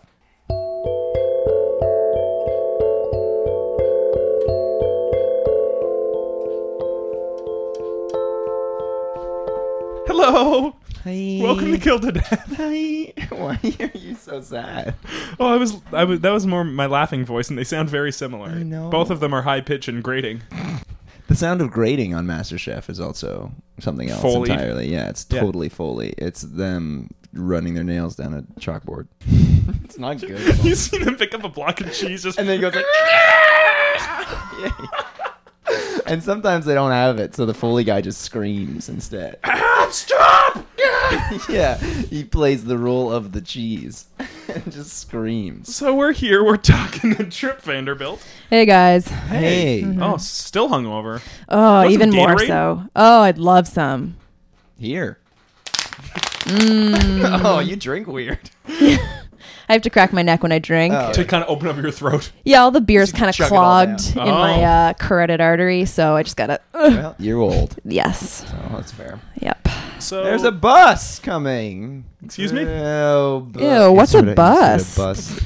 Speaker 1: Hello.
Speaker 2: Hi.
Speaker 1: Welcome to Kill to Death.
Speaker 2: Hi. Why are you so sad?
Speaker 1: Oh, I was, I was, that was more my laughing voice, and they sound very similar.
Speaker 2: I know.
Speaker 1: Both of them are high pitch and grating.
Speaker 2: The sound of grating on MasterChef is also something else
Speaker 1: Foley.
Speaker 2: entirely. Yeah, it's
Speaker 1: Yeah.
Speaker 2: totally Foley. It's them running their nails down a chalkboard. it's not good.
Speaker 1: You seen him pick up a block of cheese just
Speaker 2: and then he goes like. and sometimes they don't have it, so the Foley guy just screams instead.
Speaker 1: "Help, Ah, stop!
Speaker 2: yeah, he plays the role of the cheese and just screams.
Speaker 1: So we're here, we're talking to Trip Vanderbilt.
Speaker 3: Hey guys.
Speaker 2: Hey,
Speaker 1: Oh, still hungover.
Speaker 3: Oh,
Speaker 1: some
Speaker 3: even more
Speaker 1: Gatorade?
Speaker 3: so. Oh, I'd love some.
Speaker 2: here. oh, you drink weird.
Speaker 3: I have to crack my neck when I drink.
Speaker 2: Oh.
Speaker 1: To kind of open up your throat.
Speaker 3: Yeah, all the beer's kind of
Speaker 2: chug it all down.
Speaker 3: clogged in my
Speaker 1: Oh.
Speaker 3: uh, carotid artery, so I just gotta.
Speaker 2: Oh, Well, you're old.
Speaker 3: yes.
Speaker 2: Oh, that's fair.
Speaker 3: Yep.
Speaker 1: So
Speaker 2: There's a bus coming.
Speaker 1: Excuse me?
Speaker 2: Oh, bu-
Speaker 3: Ew, what's a
Speaker 2: Insert insert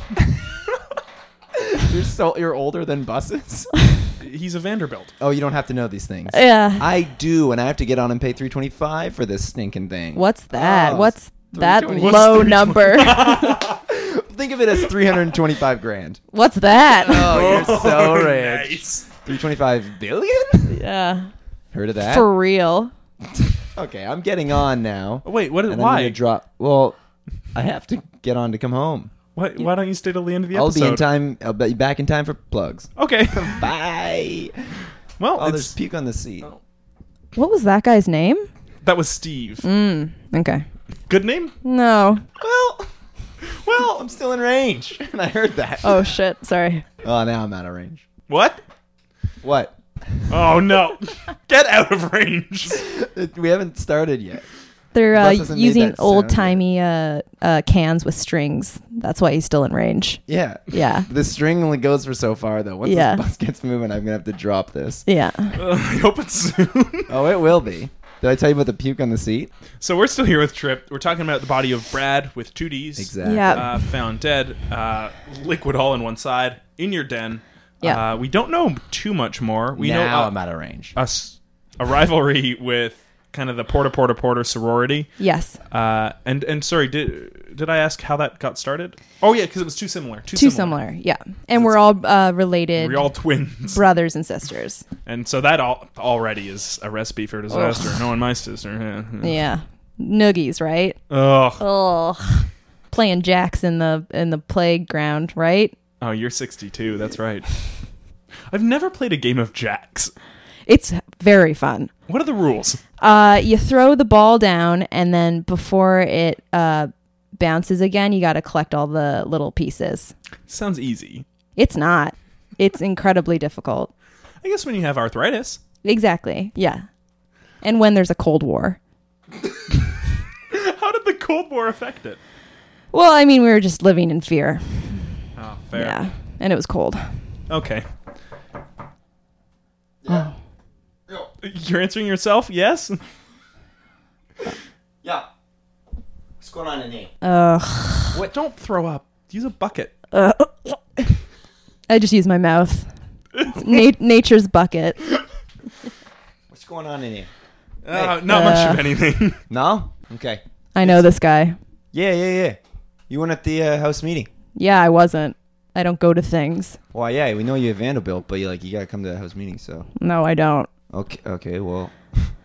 Speaker 2: bus. you're so you're older than buses.
Speaker 1: he's a Vanderbilt.
Speaker 2: Oh, you don't have to know these things.
Speaker 3: Yeah.
Speaker 2: I do, and I have to get on and pay three twenty five for this stinking thing.
Speaker 3: What's that?
Speaker 2: Oh,
Speaker 3: What's
Speaker 2: three
Speaker 3: that
Speaker 2: twenty-
Speaker 1: What's
Speaker 3: low
Speaker 1: three
Speaker 3: number?
Speaker 2: Think of it as three hundred twenty five grand.
Speaker 3: What's that?
Speaker 2: Oh, you're so
Speaker 1: Oh,
Speaker 2: rich.
Speaker 1: nice.
Speaker 2: Three twenty five billion.
Speaker 3: yeah.
Speaker 2: Heard of that?
Speaker 3: For real.
Speaker 2: okay, I'm getting on now.
Speaker 1: Oh, Wait, what?
Speaker 2: And I'm
Speaker 1: why?
Speaker 2: gonna drop. Well, I have to get on to come home.
Speaker 1: why? Why don't you stay till the end of the
Speaker 2: I'll
Speaker 1: episode?
Speaker 2: be in time. I'll be back in time for plugs.
Speaker 1: Okay.
Speaker 2: Bye.
Speaker 1: Well,
Speaker 2: Oh, there's
Speaker 1: it's,
Speaker 2: puke on the seat.
Speaker 3: What was that guy's name?
Speaker 1: that was Steve.
Speaker 3: Mm. Okay.
Speaker 1: Good name.
Speaker 3: No.
Speaker 2: Well, well, I'm still in range, and I heard that.
Speaker 3: Oh shit. Sorry.
Speaker 2: Oh, now I'm out of range.
Speaker 1: What?
Speaker 2: What?
Speaker 1: Oh no! Get out of range.
Speaker 2: We haven't started yet.
Speaker 3: They're uh,
Speaker 2: Bus hasn't made
Speaker 3: using
Speaker 2: that sound
Speaker 3: old timey uh, uh, cans with strings. That's why he's still in range.
Speaker 2: Yeah.
Speaker 3: Yeah.
Speaker 2: The string only goes for so far, though. Once
Speaker 3: Yeah.
Speaker 2: this bus gets moving, I'm gonna have to drop this.
Speaker 3: Yeah.
Speaker 1: Uh, I hope it's soon.
Speaker 2: Oh, it will be. Did I tell you about the puke on the seat?
Speaker 1: so we're still here with Trip. We're talking about the body of Brad with two D's.
Speaker 2: Exactly.
Speaker 3: Yeah.
Speaker 1: Uh, found dead, uh, liquid all in one side in your den.
Speaker 3: Yeah.
Speaker 1: Uh, we don't know too much more. We
Speaker 2: now
Speaker 1: know
Speaker 2: I'm
Speaker 1: uh,
Speaker 2: out of range.
Speaker 1: a, s- a rivalry with kind of the Porta Porta Porter sorority.
Speaker 3: Yes.
Speaker 1: Uh, and and sorry, did did I ask how that got started? Oh yeah, because it was too similar. Too,
Speaker 3: Too
Speaker 1: similar.
Speaker 3: similar. Yeah. And we're all uh, related
Speaker 1: We're all twins,
Speaker 3: brothers and sisters.
Speaker 1: and so that all, already is a recipe for disaster. Knowing my sister, yeah, yeah.
Speaker 3: Yeah. Noogies, right?
Speaker 1: Ugh.
Speaker 3: Oh. Playing jacks in the in the playground, right?
Speaker 1: Oh, you're 62. That's right. I've never played a game of jacks.
Speaker 3: It's very fun.
Speaker 1: What are the rules?
Speaker 3: Uh, you throw the ball down, and then before it uh, bounces again, you got to collect all the little pieces.
Speaker 1: Sounds easy.
Speaker 3: It's not. It's incredibly difficult.
Speaker 1: I guess when you have arthritis.
Speaker 3: Exactly. Yeah. And when there's a Cold War.
Speaker 1: How did the Cold War affect it?
Speaker 3: Well, I mean, we were just living in fear.
Speaker 1: Oh, fair.
Speaker 3: Yeah. And it was cold.
Speaker 1: Okay. You're answering yourself? Yes?
Speaker 2: Yeah. What's going on in here?
Speaker 3: Ugh.
Speaker 1: What? Don't throw up. Use a bucket.
Speaker 3: I just use my mouth. Na- nature's bucket.
Speaker 2: What's going on in here?
Speaker 1: Uh, not much of anything.
Speaker 2: No. Okay.
Speaker 3: I know this guy.
Speaker 2: Yeah, yeah, yeah. You weren't at the uh, house meeting.
Speaker 3: Yeah, I wasn't. I don't go to things.
Speaker 2: Well, yeah, we know you have Vanderbilt, but you like you gotta come to the house meeting. So
Speaker 3: No, I don't.
Speaker 2: okay, okay, well,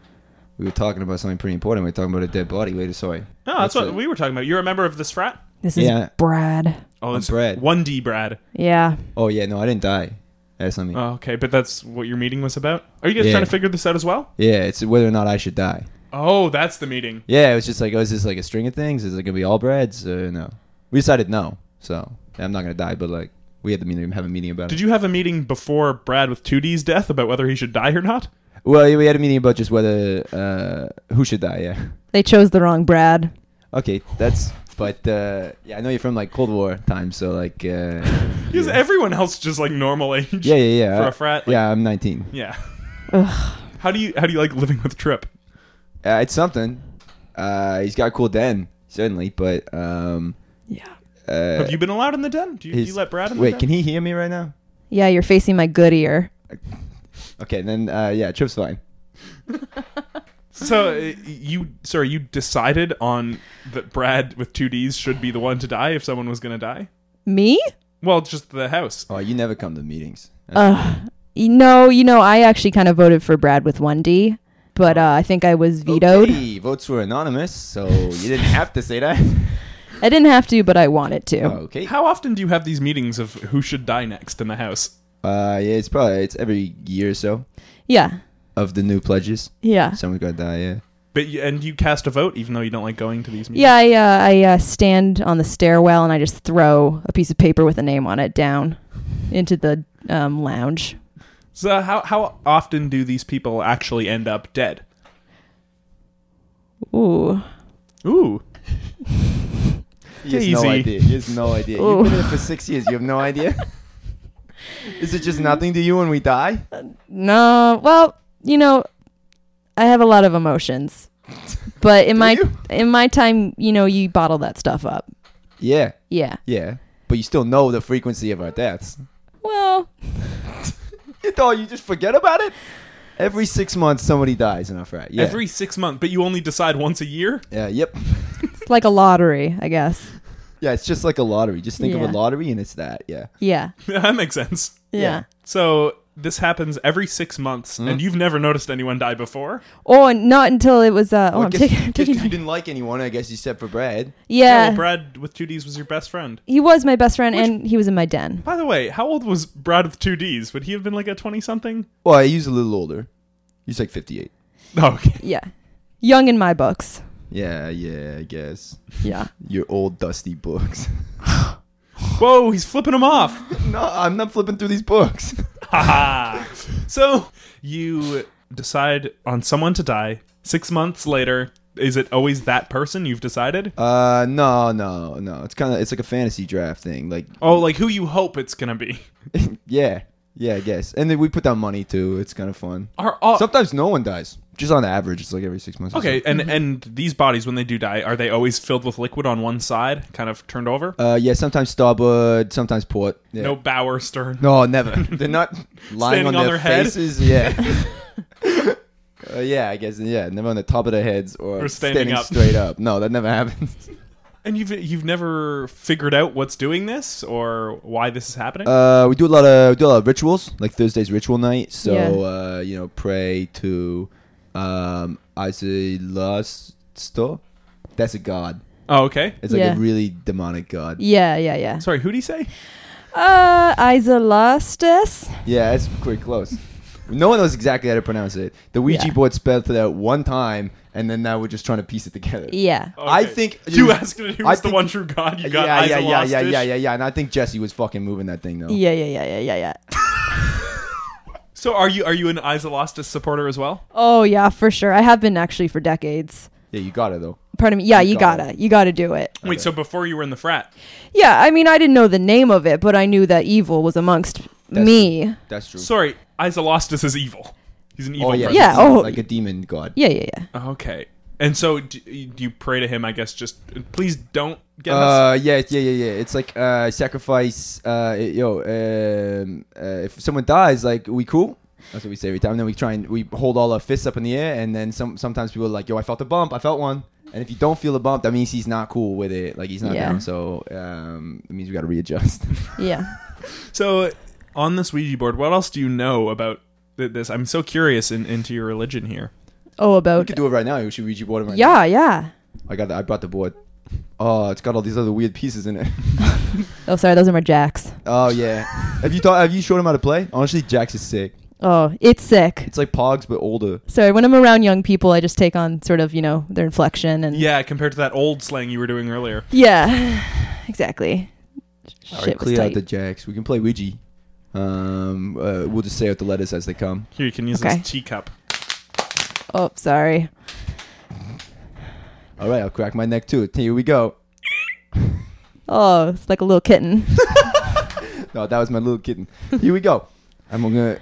Speaker 2: we were talking about something pretty important. We were talking about a dead body. Wait, sorry.
Speaker 1: no, that's what
Speaker 2: it?
Speaker 1: we were talking about. You're a member of this frat?
Speaker 3: This is
Speaker 2: Yeah.
Speaker 3: Brad.
Speaker 1: Oh, that's
Speaker 2: Brad.
Speaker 1: 1D Brad.
Speaker 3: Yeah.
Speaker 2: Oh yeah, no, I didn't die. That's not me.
Speaker 1: Oh, okay, but that's what your meeting was about? Are you guys
Speaker 2: Yeah.
Speaker 1: trying to figure this out as well?
Speaker 2: yeah, it's whether or not I should die.
Speaker 1: Oh, that's the meeting.
Speaker 2: Yeah, it was just like, oh, is this like a string of things? Is it gonna be all breads? Uh, no, we decided no. So I'm not gonna die, but like we had to meeting, have a meeting about
Speaker 1: Did
Speaker 2: it.
Speaker 1: you have a meeting before Brad with 2D's death about whether he should die or not?
Speaker 2: well, yeah, we had a meeting about just whether uh, who should die. Yeah.
Speaker 3: They chose the wrong Brad.
Speaker 2: Okay, that's. But uh, yeah, I know you're from like Cold War times, so like. Uh,
Speaker 1: Is
Speaker 2: yeah.
Speaker 1: everyone else just like normal age?
Speaker 2: yeah, yeah, yeah.
Speaker 1: For a frat?
Speaker 2: yeah, I'm 19.
Speaker 1: Yeah.
Speaker 3: Ugh.
Speaker 1: How do you how do you like living with Trip?
Speaker 2: Uh, it's something. Uh, he's got a cool den, certainly, but um.
Speaker 3: Yeah.
Speaker 2: Uh,
Speaker 1: Have you been allowed in the den? Do you, do you
Speaker 2: his-
Speaker 1: let Brad in
Speaker 2: Wait,
Speaker 1: the den?
Speaker 2: can he hear me right now?
Speaker 3: Yeah, you're facing my good ear.
Speaker 2: Okay, then uh, yeah, Trip's fine.
Speaker 1: So uh, you sorry, you decided on that Brad with two D's should be the one to die if someone was gonna die?
Speaker 3: Me?
Speaker 1: Well, just the house.
Speaker 2: Oh, you never come to meetings.
Speaker 3: Ugh. No, you know, I actually kind of voted for Brad with 1D. but uh, I think I was vetoed.
Speaker 2: Okay, votes were anonymous, so you didn't have to say that.
Speaker 3: I didn't have to, but I wanted to.
Speaker 2: Okay.
Speaker 1: How often do you have these meetings of who should die next in the house?
Speaker 2: Uh, yeah, it's probably it's every year or so
Speaker 3: Yeah,
Speaker 2: of the new pledges.
Speaker 3: yeah,
Speaker 2: Someone's gonna die. Yeah.
Speaker 1: But you, and you cast a vote even though you don't like going to these meetings.
Speaker 3: yeah. I uh, I uh, stand on the stairwell and I just throw a piece of paper with a name on it down into the um, lounge.
Speaker 1: So how how often do these people actually end up dead?
Speaker 3: Ooh,
Speaker 1: Ooh.
Speaker 2: He has no
Speaker 1: Easy.
Speaker 2: idea. He has no idea.
Speaker 3: Ooh.
Speaker 2: You've been there for six years. You have no idea. Is it just nothing to you when we die?
Speaker 3: no. Well, you know, I have a lot of emotions, but in
Speaker 2: Do
Speaker 3: my
Speaker 2: you?
Speaker 3: in my time, you know, you bottle that stuff up.
Speaker 2: Yeah,
Speaker 3: Yeah.
Speaker 2: yeah. But you still know the frequency of our deaths.
Speaker 3: Well,
Speaker 2: You thought Oh, you just forget about it? Every six months, somebody dies in our frat. Yeah.
Speaker 1: Every six months, but you only decide once a year?
Speaker 2: Yeah. Yep.
Speaker 3: it's like a lottery, I guess.
Speaker 2: Yeah. It's just like a lottery. Just think of
Speaker 3: Yeah.
Speaker 2: a lottery, and it's that. Yeah.
Speaker 3: Yeah.
Speaker 1: that makes sense.
Speaker 3: Yeah.
Speaker 2: Yeah.
Speaker 1: So this happens every six months, and you've never noticed anyone die before.
Speaker 3: Oh, and not until it was. Uh, oh,
Speaker 2: Well,
Speaker 3: I'm
Speaker 2: guess-
Speaker 3: taking.
Speaker 2: just 'cause
Speaker 3: taking
Speaker 2: you didn't like anyone, I guess, except for Brad.
Speaker 3: yeah,
Speaker 1: well, Oh, Brad with two D's was your best friend.
Speaker 3: he was my best friend, and he was in my den.
Speaker 1: By the way, how old was Brad with two D's? Would he have been like a twenty something?
Speaker 2: Well, he's a little older. He's like fifty-eight.
Speaker 1: Oh, okay.
Speaker 3: Yeah, young in my books.
Speaker 2: Yeah. Yeah. I guess
Speaker 3: Yeah,
Speaker 2: your old dusty books.
Speaker 1: Whoa, he's flipping him off.
Speaker 2: no, I'm not flipping through these books.
Speaker 1: Ah. So you decide on someone to die. Six months later, is it always that person you've decided?
Speaker 2: Uh, no, no, no. It's kind of it's like a fantasy draft thing. Like,
Speaker 1: Oh, like who you hope it's gonna be?
Speaker 2: yeah, yeah, I guess. And then we put down money too. It's kind of fun.
Speaker 1: Are all
Speaker 2: Sometimes no one dies. Just on average, it's like every six months.
Speaker 1: Oh.
Speaker 2: or
Speaker 1: okay? And
Speaker 2: Mm-hmm.
Speaker 1: and these bodies when they do die, are they always filled with liquid on one side, kind of turned over?
Speaker 2: so. Uh, yeah. Sometimes starboard. Sometimes port. Yeah.
Speaker 1: No bow or stern.
Speaker 2: No, never. They're not lying
Speaker 1: Standing
Speaker 2: on,
Speaker 1: on their
Speaker 2: their,
Speaker 1: head?
Speaker 2: faces. Yeah. Uh, yeah, I guess. Yeah, never on the top of their heads or,
Speaker 1: Or standing up.
Speaker 2: straight up. No, that never happens.
Speaker 1: And you've you've never figured out what's doing this or why this is happening.
Speaker 2: Uh, we do a lot of we do a lot of rituals, like Thursday's ritual night. So
Speaker 3: Yeah.
Speaker 2: uh, you know, pray to um Isilasto. That's a god.
Speaker 1: oh, okay.
Speaker 2: It's like
Speaker 3: Yeah.
Speaker 2: a really demonic god.
Speaker 3: yeah, yeah, yeah.
Speaker 1: Sorry, who'd he say?
Speaker 3: Uh, Isolastus.
Speaker 2: Yeah, that's pretty close. No one knows exactly how to pronounce it. The Ouija
Speaker 3: Yeah.
Speaker 2: board spelled it out one time, and then now we're just trying to piece it together.
Speaker 3: Yeah,
Speaker 2: I
Speaker 1: Okay.
Speaker 2: think
Speaker 1: you asked him who
Speaker 2: I
Speaker 1: was the
Speaker 2: think-
Speaker 1: one true god. You got
Speaker 2: yeah, yeah, yeah, yeah,
Speaker 1: Isolatish.
Speaker 2: yeah, yeah, yeah. And I think Jesse was fucking moving that thing though.
Speaker 3: yeah, yeah, yeah, yeah, yeah, yeah.
Speaker 1: So are you are you an Isolostus supporter as well?
Speaker 3: Oh yeah, for sure. I have been actually for decades.
Speaker 2: Yeah, you got it though.
Speaker 3: Pardon me. Yeah,
Speaker 2: You
Speaker 3: you,
Speaker 2: got
Speaker 3: gotta, you gotta do it.
Speaker 1: Wait, so before you were in the frat,
Speaker 3: Yeah, I mean, I didn't know the name of it, but I knew that evil was amongst
Speaker 2: That's
Speaker 3: me.
Speaker 2: true. That's true.
Speaker 1: sorry, Isolostus is evil. He's an evil.
Speaker 2: oh yeah,
Speaker 1: person.
Speaker 3: Yeah,
Speaker 2: it's like-
Speaker 3: oh.
Speaker 2: like a demon god.
Speaker 3: Yeah, yeah, yeah.
Speaker 1: Okay. And so do do you pray to him? I guess just please don't get us.
Speaker 2: Uh, yeah, it's- yeah, yeah, yeah. It's like uh, sacrifice. Uh, yo, um, uh, if someone dies, like we cool. That's what we say every time. And then we try and we hold all our fists up in the air, and then some. Sometimes people are like, "Yo, I felt a bump. I felt one." And if you don't feel a bump, that means he's not cool with it. Like he's not
Speaker 3: Yeah.
Speaker 2: down. So um, it means we got to readjust.
Speaker 3: Yeah.
Speaker 1: So on this Ouija board, what else do you know about th- this? I'm so curious in, into your religion here.
Speaker 3: Oh,
Speaker 2: we
Speaker 3: about
Speaker 2: could do it right now. You should read your board. Right now.
Speaker 3: yeah, yeah.
Speaker 2: I got. The, I brought the board. Oh, it's got all these other weird pieces in it.
Speaker 3: Oh, sorry, those are my jacks.
Speaker 2: oh yeah. have you thought? Have you showed him how to play? Honestly, Jax is sick.
Speaker 3: Oh, it's sick.
Speaker 2: It's like Pogs but older.
Speaker 3: Sorry, when I'm around young people, I just take on sort of you know their inflection
Speaker 2: Hmm.
Speaker 3: and
Speaker 1: Yeah, compared to that old slang you were doing earlier.
Speaker 3: Yeah, exactly.
Speaker 2: All
Speaker 3: Shit
Speaker 2: right,
Speaker 3: was
Speaker 2: clear out
Speaker 3: tight.
Speaker 2: the jacks. We can play Ouija. Um, uh, we'll just say out the letters as they come.
Speaker 1: Here, you can use
Speaker 3: Okay.
Speaker 1: this teacup.
Speaker 3: oh, sorry.
Speaker 2: All right, I'll crack my neck too. Here we go.
Speaker 3: Oh, it's like a little kitten.
Speaker 2: No, that was my little kitten. Here we go. I'm gonna.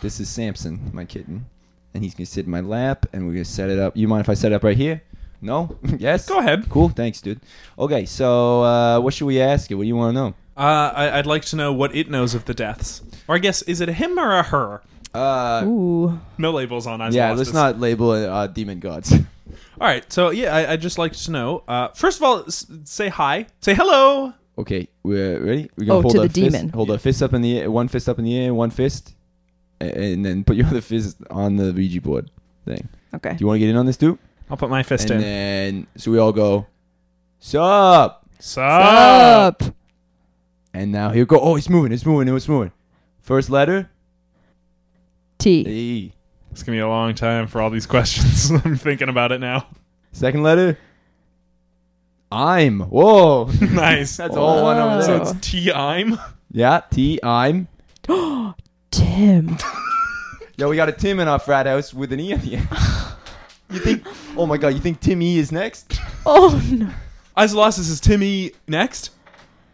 Speaker 2: This is Samson, my kitten, and he's gonna sit in my lap, and we're gonna set it up. You mind if I set it up right here? No. yes.
Speaker 1: Go ahead.
Speaker 2: Cool. Thanks, dude. Okay, so uh, what should we ask it? What do you want to know?
Speaker 1: Uh, I, I'd like to know what it knows of the deaths. Or I guess, is it a him or a her?
Speaker 2: Uh,
Speaker 3: Ooh.
Speaker 1: No labels on Isolostus.
Speaker 2: yeah. Let's not label it uh, demon gods.
Speaker 1: All right, so yeah, I, I'd just like to know. Uh, first of all, s- say hi. Say hello.
Speaker 2: Okay, we're ready. We're gonna
Speaker 3: Oh,
Speaker 2: hold
Speaker 3: to
Speaker 2: our
Speaker 3: the
Speaker 2: fist,
Speaker 3: demon.
Speaker 2: Hold our fist up in the air, one fist up in the air, one fist, a- and then put your other fist on the Ouija board. thing.
Speaker 3: Okay.
Speaker 2: Do you want to get in on this, dude?
Speaker 1: I'll put my fist
Speaker 2: And
Speaker 1: in.
Speaker 2: then so we all go, sup.
Speaker 1: Sup?
Speaker 2: And now he'll go, oh, it's moving, it's moving, it's moving. First letter,
Speaker 3: T.
Speaker 2: E.
Speaker 1: It's gonna be a long time for all these questions. I'm thinking about it now.
Speaker 2: Second letter, I'm. Whoa.
Speaker 1: nice.
Speaker 2: That's all one over
Speaker 1: So
Speaker 2: there.
Speaker 3: Oh.
Speaker 1: it's T. I'm.
Speaker 2: yeah, T, I'm.
Speaker 3: Tim.
Speaker 2: Yo, we got a Tim in our frat house with an E at the end. You think, oh my God, you think Tim E is next?
Speaker 3: Oh no.
Speaker 1: Isolosis is Timmy next.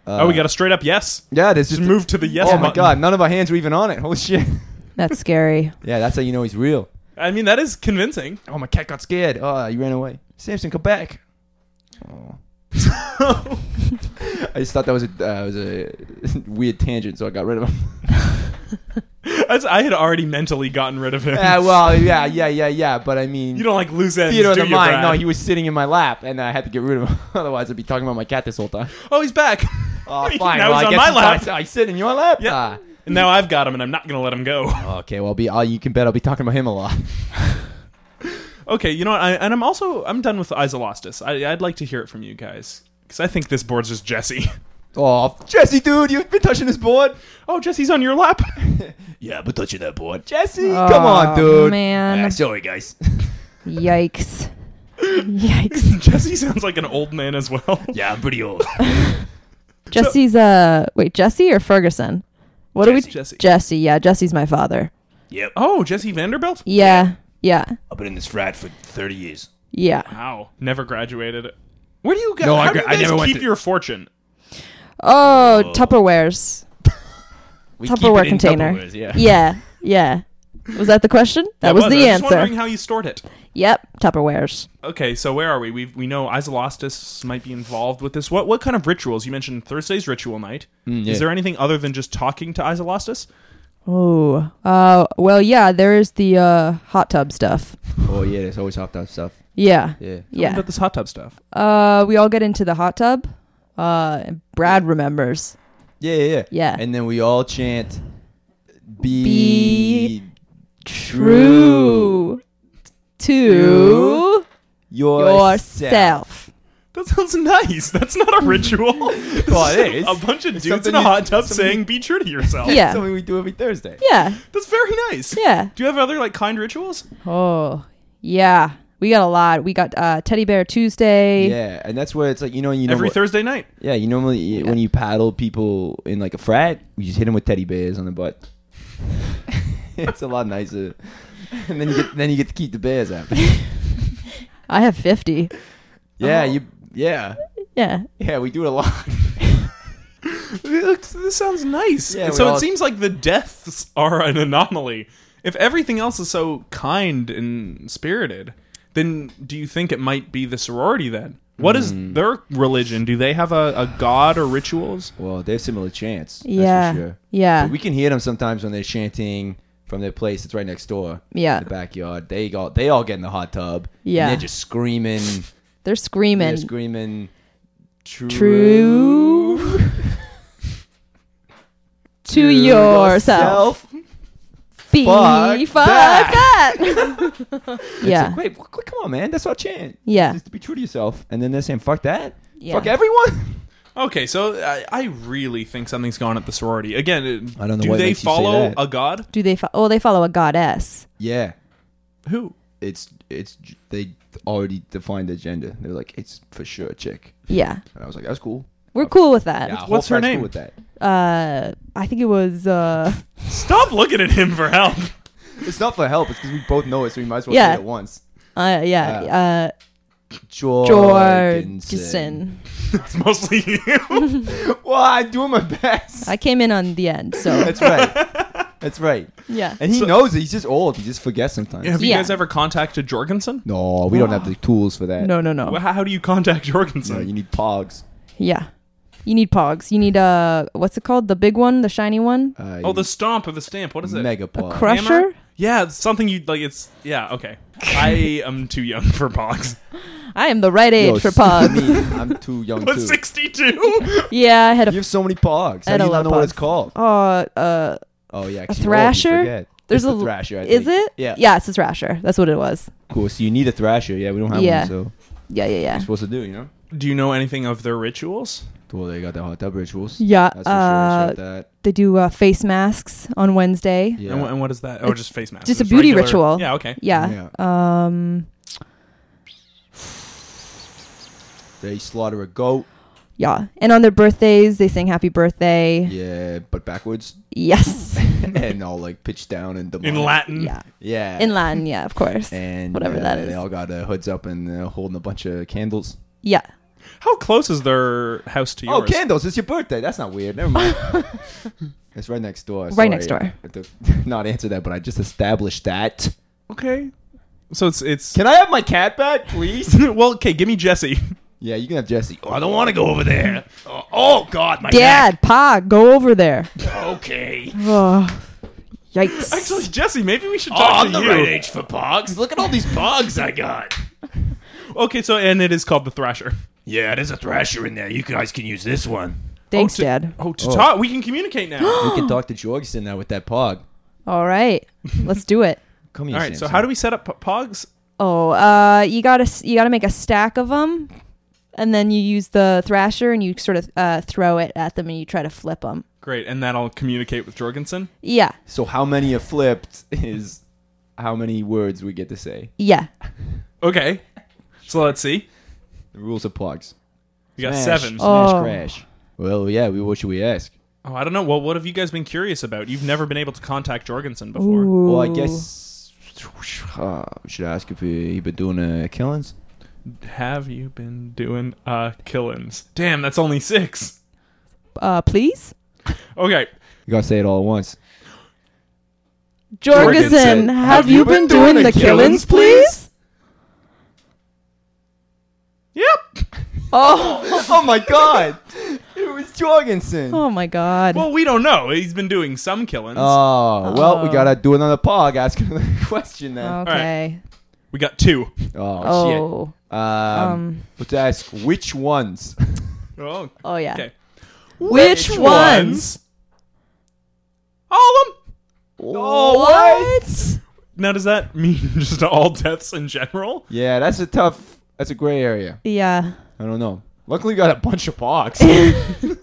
Speaker 2: Uh,
Speaker 1: oh, we got a straight up yes.
Speaker 2: Yeah, this
Speaker 1: Just
Speaker 2: is.
Speaker 1: move to the yes.
Speaker 2: oh my
Speaker 1: button.
Speaker 2: God, none of our hands were even on it. Holy shit.
Speaker 3: That's scary.
Speaker 2: Yeah, that's how you know he's real.
Speaker 1: I mean, that is convincing.
Speaker 2: Oh, my cat got scared. Oh, he ran away. Samson, come back. Oh. I just thought that was a uh, was a weird tangent, so I got rid of him.
Speaker 1: That's, I had already mentally gotten rid of him.
Speaker 2: yeah, well, yeah, yeah, yeah, yeah. But I mean,
Speaker 1: you don't like loose ends,
Speaker 2: theater of
Speaker 1: do
Speaker 2: the
Speaker 1: you,
Speaker 2: mind.
Speaker 1: Brad?
Speaker 2: No, he was sitting in my lap, and I had to get rid of him. Otherwise, I'd be talking about my cat this whole time.
Speaker 1: oh, he's back.
Speaker 2: Oh,
Speaker 1: He-
Speaker 2: fine.
Speaker 1: Now
Speaker 2: well,
Speaker 1: he's
Speaker 2: I
Speaker 1: on
Speaker 2: guess
Speaker 1: my
Speaker 2: it's-
Speaker 1: lap.
Speaker 2: I, I sit in your lap.
Speaker 1: Yeah. And now I've got him, and I'm not gonna let him go.
Speaker 2: Ah. Okay. Well, be oh, you can bet I'll be talking about him a lot.
Speaker 1: Okay, you know what? I, and I'm also I'm done with Isolostus. I, I'd like to hear it from you guys because I think this board's just Jesse.
Speaker 2: Oh, Jesse, dude, you've been touching this board.
Speaker 1: Oh, Jesse's on your lap.
Speaker 2: Yeah, I've been touching that board. Jesse, come on,
Speaker 3: Oh,
Speaker 2: dude.
Speaker 3: Man.
Speaker 2: Ah, sorry, guys.
Speaker 3: Yikes. Yikes.
Speaker 1: Jesse sounds like an old man as well.
Speaker 2: yeah, I'm pretty old.
Speaker 3: Jesse's uh wait, Jesse or Ferguson? What do we
Speaker 1: Jesse, Jesse.
Speaker 3: Jesse, yeah, Jesse's my father.
Speaker 2: yep.
Speaker 1: Oh, Jesse Vanderbilt.
Speaker 3: Yeah. Yeah.
Speaker 2: I've been in this frat for 30 years.
Speaker 3: Yeah.
Speaker 1: Wow, never graduated. Where do you guys?
Speaker 2: No, I
Speaker 1: how do
Speaker 2: gra-
Speaker 1: you
Speaker 2: I
Speaker 1: guys
Speaker 2: never went
Speaker 1: keep
Speaker 2: to-
Speaker 1: your fortune?
Speaker 3: Oh, Tupperwares.
Speaker 2: We
Speaker 3: Tupperware container.
Speaker 2: yeah.
Speaker 3: Yeah. Yeah. Was that the question? That was
Speaker 1: I
Speaker 3: the
Speaker 1: just wondering
Speaker 3: answer.
Speaker 1: how you stored it.
Speaker 3: Yep, Tupperwares.
Speaker 1: Okay, so where are we? We we know Isolostus might be involved with this. What what kind of rituals? You mentioned Thursday's ritual night.
Speaker 2: Mm, yeah.
Speaker 1: Is there anything other than just talking to Isolostus?
Speaker 3: Oh. Uh well, yeah, there is the uh hot tub stuff.
Speaker 2: Oh yeah, there's always hot dog stuff.
Speaker 3: Yeah.
Speaker 2: Yeah.
Speaker 1: What
Speaker 3: Yeah.
Speaker 1: about this hot tub stuff?
Speaker 3: Uh we all get into the hot tub. Uh and Brad remembers.
Speaker 2: Yeah, yeah, yeah.
Speaker 3: Yeah.
Speaker 2: And then we all chant, "Be,
Speaker 3: Be
Speaker 2: true
Speaker 3: True to
Speaker 2: yourself."
Speaker 3: yourself.
Speaker 1: That sounds nice. That's not a ritual.
Speaker 2: Well, it is.
Speaker 1: A bunch of
Speaker 2: It's
Speaker 1: dudes in
Speaker 2: something
Speaker 1: a
Speaker 2: you-
Speaker 1: hot tub
Speaker 2: something-
Speaker 1: saying, "Be true to yourself."
Speaker 3: Yeah.
Speaker 2: something we do every Thursday.
Speaker 3: Yeah.
Speaker 1: that's very nice.
Speaker 3: Yeah.
Speaker 1: Do you have other like kind rituals?
Speaker 3: Oh, yeah. We got a lot. We got uh, Teddy Bear Tuesday.
Speaker 2: Yeah, and that's where it's like you know you know
Speaker 1: Every Thursday night.
Speaker 2: yeah you normally when you paddle people in like a frat you just hit them with teddy bears on the butt. it's a lot nicer, and then you get then you get to keep the bears happy.
Speaker 3: I have 50.
Speaker 2: Yeah, you yeah
Speaker 3: Yeah.
Speaker 2: yeah we do it a lot.
Speaker 1: It looks- This sounds nice.
Speaker 2: Yeah,
Speaker 1: And
Speaker 2: we
Speaker 1: so
Speaker 2: all-
Speaker 1: it seems like the deaths are an anomaly. If everything else is so kind and spirited, then do you think it might be the sorority then? What is
Speaker 2: Hmm.
Speaker 1: their religion? Do they have a, a god or rituals?
Speaker 2: Well, they're similar chants. that's for
Speaker 3: Yeah.
Speaker 2: sure.
Speaker 3: Yeah.
Speaker 2: But we can hear them sometimes when they're chanting from their place that's right next door.
Speaker 3: Yeah.
Speaker 2: In the backyard. They all they all get in the hot tub.
Speaker 3: Yeah.
Speaker 2: And they're just screaming.
Speaker 3: They're screaming.
Speaker 2: They're screaming. True.
Speaker 3: True to yourself. Be
Speaker 2: Fuck
Speaker 3: fuck that. yeah.
Speaker 2: It's like, wait, wh- wh- come on, man. That's our chant.
Speaker 3: Yeah.
Speaker 2: Just to be true to yourself. And then they're saying, fuck that.
Speaker 3: Yeah.
Speaker 2: Fuck everyone.
Speaker 1: Okay, so I, I really think something's gone at the sorority. Again, it-
Speaker 2: I don't know
Speaker 1: do
Speaker 2: what
Speaker 1: they
Speaker 2: makes you say
Speaker 1: follow
Speaker 2: that.
Speaker 1: a god?
Speaker 3: Do they? Fo- oh, they follow a goddess.
Speaker 2: Yeah.
Speaker 1: Who?
Speaker 2: It's, it's, they already defined the gender. They're like, it's for sure a chick.
Speaker 3: Yeah.
Speaker 2: And I was like, that's cool.
Speaker 3: We're cool with that.
Speaker 2: Yeah,
Speaker 1: What's
Speaker 2: whole
Speaker 1: her
Speaker 2: frat's cool
Speaker 1: name?
Speaker 2: With that.
Speaker 3: Uh, I think it was. Uh,
Speaker 1: Stop looking at him for help.
Speaker 2: It's not for help. It's because we both know it, so we might as well
Speaker 3: Yeah.
Speaker 2: say it once.
Speaker 3: uh yeah. Uh,
Speaker 2: George.
Speaker 3: Jorgensen.
Speaker 1: It's mostly you.
Speaker 2: Well, I'm doing my best.
Speaker 3: I came in on the end, so
Speaker 2: That's right. That's right.
Speaker 3: yeah.
Speaker 2: And he
Speaker 1: So-
Speaker 2: knows it. He's just old. He just forgets sometimes.
Speaker 1: have you
Speaker 3: Yeah.
Speaker 1: guys ever contacted Jorgensen?
Speaker 2: No, we don't have the tools for that.
Speaker 3: No, no, no.
Speaker 1: Well, How do you contact
Speaker 2: No,
Speaker 1: Jorgensen?
Speaker 2: you need pogs.
Speaker 3: Yeah. You need pogs. You need uh what's it called? The big one, the shiny one?
Speaker 2: Uh,
Speaker 1: Oh, the stomp or the stamp. What is it?
Speaker 2: mega pog.
Speaker 3: Crusher?
Speaker 1: Hammer? Yeah, it's something you like. It's yeah. Okay, I am too young for pogs.
Speaker 3: I am the right age
Speaker 2: Yo,
Speaker 3: for
Speaker 2: s- I
Speaker 3: pogs.
Speaker 2: mean, I'm too young
Speaker 1: But
Speaker 2: too.
Speaker 1: sixty-two.
Speaker 3: yeah, I had
Speaker 2: You
Speaker 3: a
Speaker 2: have so many pogs.
Speaker 3: I
Speaker 2: How
Speaker 3: had
Speaker 2: do
Speaker 3: a
Speaker 2: you
Speaker 3: lot
Speaker 2: not
Speaker 3: of
Speaker 2: know what it's
Speaker 3: pogs.
Speaker 2: called?
Speaker 3: uh uh
Speaker 2: Oh yeah, 'cause you're old,
Speaker 3: A
Speaker 2: you
Speaker 3: thrasher?
Speaker 2: forget.
Speaker 3: There's
Speaker 2: It's
Speaker 3: a
Speaker 2: the Thrasher, I
Speaker 3: Is
Speaker 2: think.
Speaker 3: it?
Speaker 2: Yeah.
Speaker 3: Yes, it's Thrasher. That's what it was.
Speaker 2: Cool. So you need a thrasher. Yeah, we don't have
Speaker 3: Yeah.
Speaker 2: one. So what
Speaker 3: Yeah, yeah,
Speaker 2: you
Speaker 3: yeah.
Speaker 2: supposed to do, you know?
Speaker 1: Do you know anything of their rituals?
Speaker 2: Well, they got the hot tub rituals.
Speaker 3: Yeah.
Speaker 2: That's for sure.
Speaker 3: uh,
Speaker 2: I said that.
Speaker 3: They do uh, face masks on Wednesday.
Speaker 2: Yeah.
Speaker 1: And, wh- and what is that? Oh,
Speaker 3: It's
Speaker 1: just face mask.
Speaker 3: just a beauty ritual.
Speaker 1: Yeah, okay.
Speaker 3: Yeah. Um,
Speaker 2: They slaughter a goat.
Speaker 3: yeah. And on their birthdays, they sing happy birthday.
Speaker 2: Yeah, but backwards
Speaker 3: Yes.
Speaker 2: and all like pitch down and
Speaker 1: In
Speaker 2: demonic.
Speaker 1: Latin.
Speaker 3: yeah.
Speaker 2: Yeah.
Speaker 3: In Latin, yeah, of course.
Speaker 2: and
Speaker 3: whatever
Speaker 2: uh,
Speaker 3: that
Speaker 2: They
Speaker 3: is.
Speaker 2: all got uh, hoods up and uh, holding a bunch of candles.
Speaker 3: Yeah.
Speaker 1: How close is their house to
Speaker 2: Oh,
Speaker 1: yours?
Speaker 2: candles! It's your birthday. That's not weird. Never mind. it's right next door.
Speaker 3: Right
Speaker 2: Sorry.
Speaker 3: next door.
Speaker 2: I had to not answer that, but I just established that.
Speaker 1: Okay. So it's it's.
Speaker 2: Can I have my cat back, please?
Speaker 1: well, okay. Give me Jesse.
Speaker 2: yeah, you can have Jesse.
Speaker 1: Oh, I don't want to go over there. Oh, oh, God, my
Speaker 3: Dad, Pa, go over there.
Speaker 1: neck. Okay.
Speaker 3: Oh, yikes.
Speaker 1: Actually, Jesse, maybe we should talk to you.
Speaker 2: for pogs. Look at all these pogs I got.
Speaker 1: Okay, so and it is called the Thrasher.
Speaker 4: Yeah, there's a thrasher in there. You guys can use this one.
Speaker 3: Thanks,
Speaker 1: oh, to,
Speaker 3: Dad.
Speaker 1: Oh, to talk. We can communicate now.
Speaker 2: You can talk to Jorgensen now with that pog.
Speaker 3: All right, let's do it.
Speaker 2: Come here.
Speaker 1: All right. So how do we set up p- Pogs?
Speaker 3: Oh, uh, you gotta s- you gotta make a stack of them, and then you use the thrasher and you sort of uh, throw it at them and you try to flip them.
Speaker 1: Great, and that'll communicate with Jorgensen.
Speaker 3: Yeah,
Speaker 2: So how many are flipped is how many words we get to say.
Speaker 3: yeah.
Speaker 1: Okay. So let's see.
Speaker 2: The rules of pogs.
Speaker 1: We got
Speaker 2: Smash,
Speaker 1: seven. Oh.
Speaker 2: Smash
Speaker 3: Oh.
Speaker 2: crash. Well, yeah. We what should we ask?
Speaker 1: I don't know. Well, what have you guys been curious about? You've never been able to contact Jorgensen before.
Speaker 3: Ooh.
Speaker 2: Well, I guess uh, should I ask if he, he been doing uh, killings?
Speaker 1: Have you been doing uh killings? Damn, that's only six.
Speaker 3: Uh, please,
Speaker 1: Okay.
Speaker 2: You gotta say it all at once.
Speaker 3: Jorgensen,
Speaker 2: Jorgensen,
Speaker 3: have, you been, doing, the killings, please?
Speaker 1: Yep.
Speaker 3: Oh,
Speaker 2: oh my god! It was Jorgensen. Oh,
Speaker 3: oh my God.
Speaker 1: Well, we don't know. He's been doing some killings.
Speaker 2: well, we
Speaker 3: Oh.
Speaker 2: gotta do another pog. Ask him the question then.
Speaker 3: okay.
Speaker 1: we got two.
Speaker 2: Oh,
Speaker 3: Oh,
Speaker 2: shit. Um,
Speaker 3: um,
Speaker 2: let's ask which ones.
Speaker 1: Oh.
Speaker 3: oh yeah.
Speaker 1: Okay.
Speaker 3: Which, ones?
Speaker 1: All of them.
Speaker 2: Oh,
Speaker 1: Now, does that mean just all deaths in general?
Speaker 2: yeah, that's a tough. That's a gray area.
Speaker 3: Yeah.
Speaker 2: I don't know. Luckily, we got a bunch of pogs.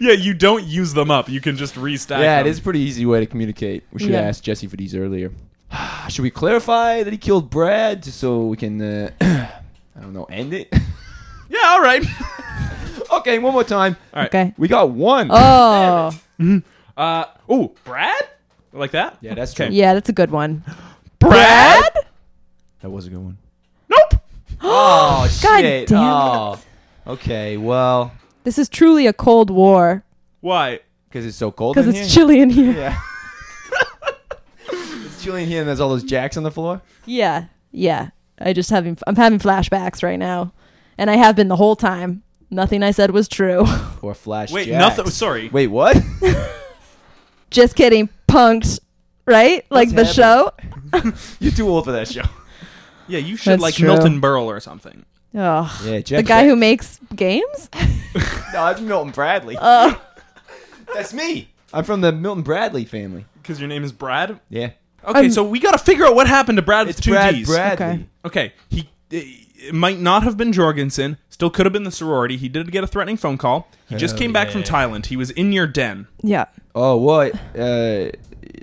Speaker 1: Yeah, you don't use them up. You can just restack.
Speaker 2: yeah, it
Speaker 1: them.
Speaker 2: is a pretty easy way to communicate. We should
Speaker 3: Yeah.
Speaker 2: ask Jesse for these earlier. should we clarify that he killed Brad so we can, uh, I don't know, end it?
Speaker 1: Yeah. All right.
Speaker 2: okay, one more time.
Speaker 1: all right.
Speaker 3: Okay.
Speaker 2: We got one.
Speaker 3: Oh,
Speaker 1: Uh. Oh, Brad. Like that?
Speaker 2: Yeah, that's true.
Speaker 3: yeah. That's a good one.
Speaker 1: Brad.
Speaker 2: That was a good one.
Speaker 1: Nope.
Speaker 2: Oh,
Speaker 3: God
Speaker 2: shit.
Speaker 3: damn
Speaker 2: oh. Okay, well,
Speaker 3: This is truly a cold war
Speaker 1: Why?
Speaker 2: because it's so cold
Speaker 3: because
Speaker 2: in
Speaker 3: it's
Speaker 2: here.
Speaker 3: chilly in here.
Speaker 2: yeah. it's chilly in here and there's all those jacks on the floor.
Speaker 3: Yeah, yeah. I just having I'm having flashbacks right now, and I have been the whole time. Nothing I said was true.
Speaker 2: Or flash
Speaker 1: Wait.
Speaker 2: jacks.
Speaker 1: Nothing. Sorry.
Speaker 2: Wait, what?
Speaker 3: just kidding, punked. Right, like the
Speaker 2: What's
Speaker 3: show.
Speaker 2: You're too old for that show.
Speaker 1: Yeah, you should
Speaker 3: That's
Speaker 1: like
Speaker 3: true.
Speaker 1: Milton Berle or something.
Speaker 3: Ugh.
Speaker 2: Yeah, Jack.
Speaker 3: the guy who makes games.
Speaker 2: No, that's Milton Bradley.
Speaker 3: Uh,
Speaker 2: That's me. I'm from the Milton Bradley family.
Speaker 1: Because your name is Brad.
Speaker 2: Yeah.
Speaker 1: Okay,
Speaker 3: I'm-
Speaker 1: so we got to figure out what happened to Brad with two D's.
Speaker 3: Okay.
Speaker 1: Okay, he it might not have been Jorgensen. Still could have been the sorority. He did get a threatening phone call. He just came back from Thailand. He was in your den.
Speaker 3: yeah.
Speaker 2: Oh, what? Uh,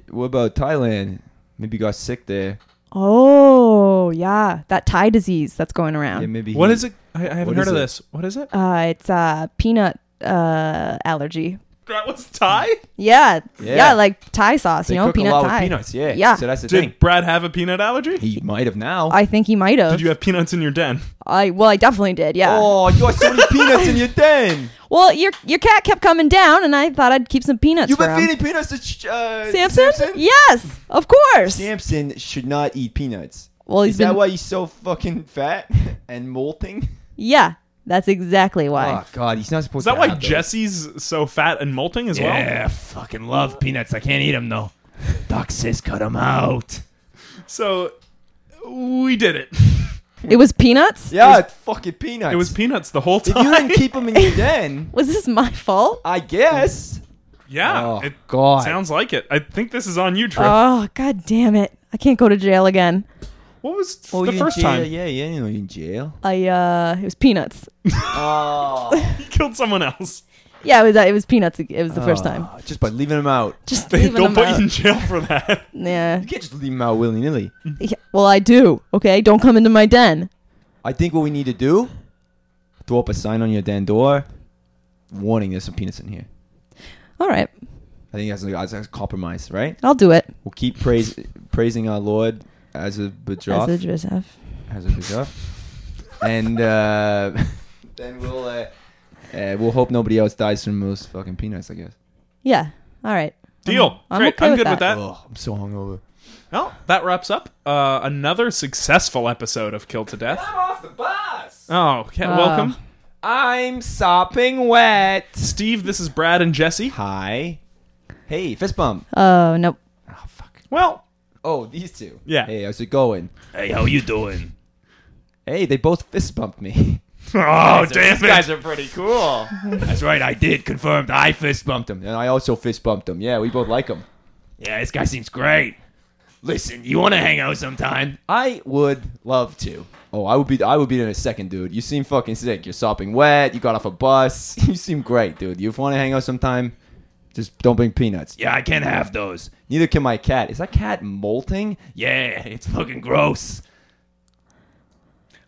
Speaker 2: what about Thailand? Maybe he got sick there.
Speaker 3: Oh, yeah. That Thai disease that's going
Speaker 2: Yeah,
Speaker 3: around.
Speaker 2: maybe.
Speaker 1: What
Speaker 2: he-
Speaker 1: is it? I, I haven't
Speaker 2: What
Speaker 1: heard
Speaker 2: is
Speaker 1: of
Speaker 2: it?
Speaker 1: this. What is it?
Speaker 3: uh, it's uh, peanut uh allergy.
Speaker 1: That was Thai.
Speaker 3: Yeah,
Speaker 2: Yeah.
Speaker 3: yeah, like Thai sauce.
Speaker 2: They
Speaker 3: you know,
Speaker 2: cook
Speaker 3: peanut
Speaker 2: a lot
Speaker 3: Thai.
Speaker 2: with peanuts. Yeah.
Speaker 3: Yeah.
Speaker 2: So that's the thing.
Speaker 1: Did Brad have a peanut allergy?
Speaker 2: He might have now.
Speaker 3: I think he might
Speaker 1: Did
Speaker 3: have.
Speaker 1: you have peanuts in your den?
Speaker 3: I well, I definitely did. Yeah.
Speaker 2: Oh, you got so many peanuts in your den.
Speaker 3: Well, your your cat kept coming down, and I thought I'd keep some peanuts
Speaker 2: You've
Speaker 3: for
Speaker 2: been
Speaker 3: him.
Speaker 2: feeding peanuts to Ch- uh,
Speaker 3: Samson?
Speaker 2: Samson?
Speaker 3: Yes, of course.
Speaker 2: Samson should not eat peanuts.
Speaker 3: Well, he's
Speaker 2: Is that
Speaker 3: been-
Speaker 2: why he's so fucking fat and molting?
Speaker 3: Yeah, that's exactly why.
Speaker 2: Oh God, he's not supposed.
Speaker 1: Is that
Speaker 2: to
Speaker 1: why
Speaker 2: have those.
Speaker 1: Jesse's so fat and molting as
Speaker 4: Yeah,
Speaker 1: well?
Speaker 4: fucking love peanuts. I can't eat them though. Doc says cut them out.
Speaker 1: So we did it.
Speaker 3: It was peanuts.
Speaker 2: Yeah, it's fucking peanuts.
Speaker 1: It was peanuts the whole
Speaker 2: If
Speaker 1: time.
Speaker 2: you didn't keep them in your den,
Speaker 3: Was this my fault?
Speaker 2: I guess
Speaker 1: Yeah.
Speaker 2: Oh,
Speaker 1: it
Speaker 2: God. Uh,
Speaker 1: Sounds like it. I think this is on you, Trip.
Speaker 3: Oh, god damn it. I can't go to jail again.
Speaker 1: what was f-
Speaker 2: Oh,
Speaker 1: the
Speaker 2: you in
Speaker 1: first
Speaker 2: jail.
Speaker 1: time?
Speaker 2: Yeah, yeah, you know, you in jail.
Speaker 3: I uh it was peanuts.
Speaker 2: Oh,
Speaker 1: He killed someone else.
Speaker 3: Yeah, it was it was peanuts. It was the first
Speaker 2: Ah.
Speaker 1: Ah,
Speaker 3: time.
Speaker 2: Just by leaving him out.
Speaker 3: Just
Speaker 1: They
Speaker 3: leaving
Speaker 1: don't
Speaker 3: them
Speaker 1: put
Speaker 3: out.
Speaker 1: you in jail for that.
Speaker 3: Yeah.
Speaker 2: You can't just leave him out willy nilly.
Speaker 3: yeah. Well, I do. Okay, don't come into my den.
Speaker 2: I think what we need to do, throw up a sign on your den door, warning there's some penis in here.
Speaker 3: All right,
Speaker 2: I think that's, that's, that's compromise, right?
Speaker 3: I'll do it.
Speaker 2: We'll keep praise, praising our Lord as a
Speaker 3: As a
Speaker 2: bajoff.
Speaker 3: Joseph.
Speaker 2: As a bajoff. and uh, then we'll uh, uh, we'll hope nobody else dies from those fucking peanuts, I guess.
Speaker 3: Yeah. All right.
Speaker 1: Deal.
Speaker 3: I'm
Speaker 1: Great.
Speaker 3: okay
Speaker 1: I'm
Speaker 3: with
Speaker 1: good with
Speaker 3: that.
Speaker 1: that.
Speaker 2: Oh, I'm so hungover.
Speaker 1: Well, that wraps up uh, another successful episode of Kill to Death.
Speaker 2: I'm off the bus.
Speaker 1: Oh, yeah,
Speaker 2: Uh.
Speaker 3: Ah.
Speaker 1: welcome.
Speaker 2: I'm sopping wet.
Speaker 1: Steve, this is Brad and Jesse.
Speaker 2: Hi. Hey, fist bump.
Speaker 3: Oh nope.
Speaker 2: Oh fuck.
Speaker 1: Well,
Speaker 2: Oh, these two.
Speaker 1: Yeah.
Speaker 2: Hey, how's it going?
Speaker 4: Hey, how you doing?
Speaker 2: Hey, they both fist bumped me.
Speaker 1: oh, damn it.
Speaker 2: are pretty cool.
Speaker 4: That's right, I did. Confirmed. I fist bumped him.
Speaker 2: and I also fist bumped them. Yeah, we both like them.
Speaker 4: Yeah, this guy seems great. Listen, you want to hang out sometime?
Speaker 2: I would love to. Oh, I would be. I would be in a second, dude. You seem fucking sick. You're sopping wet. You got off a bus. You seem great, dude. You want to hang out sometime? Just don't bring peanuts.
Speaker 4: Yeah, I can have those.
Speaker 2: Neither can my cat. Is that cat molting?
Speaker 4: Yeah, it's fucking gross.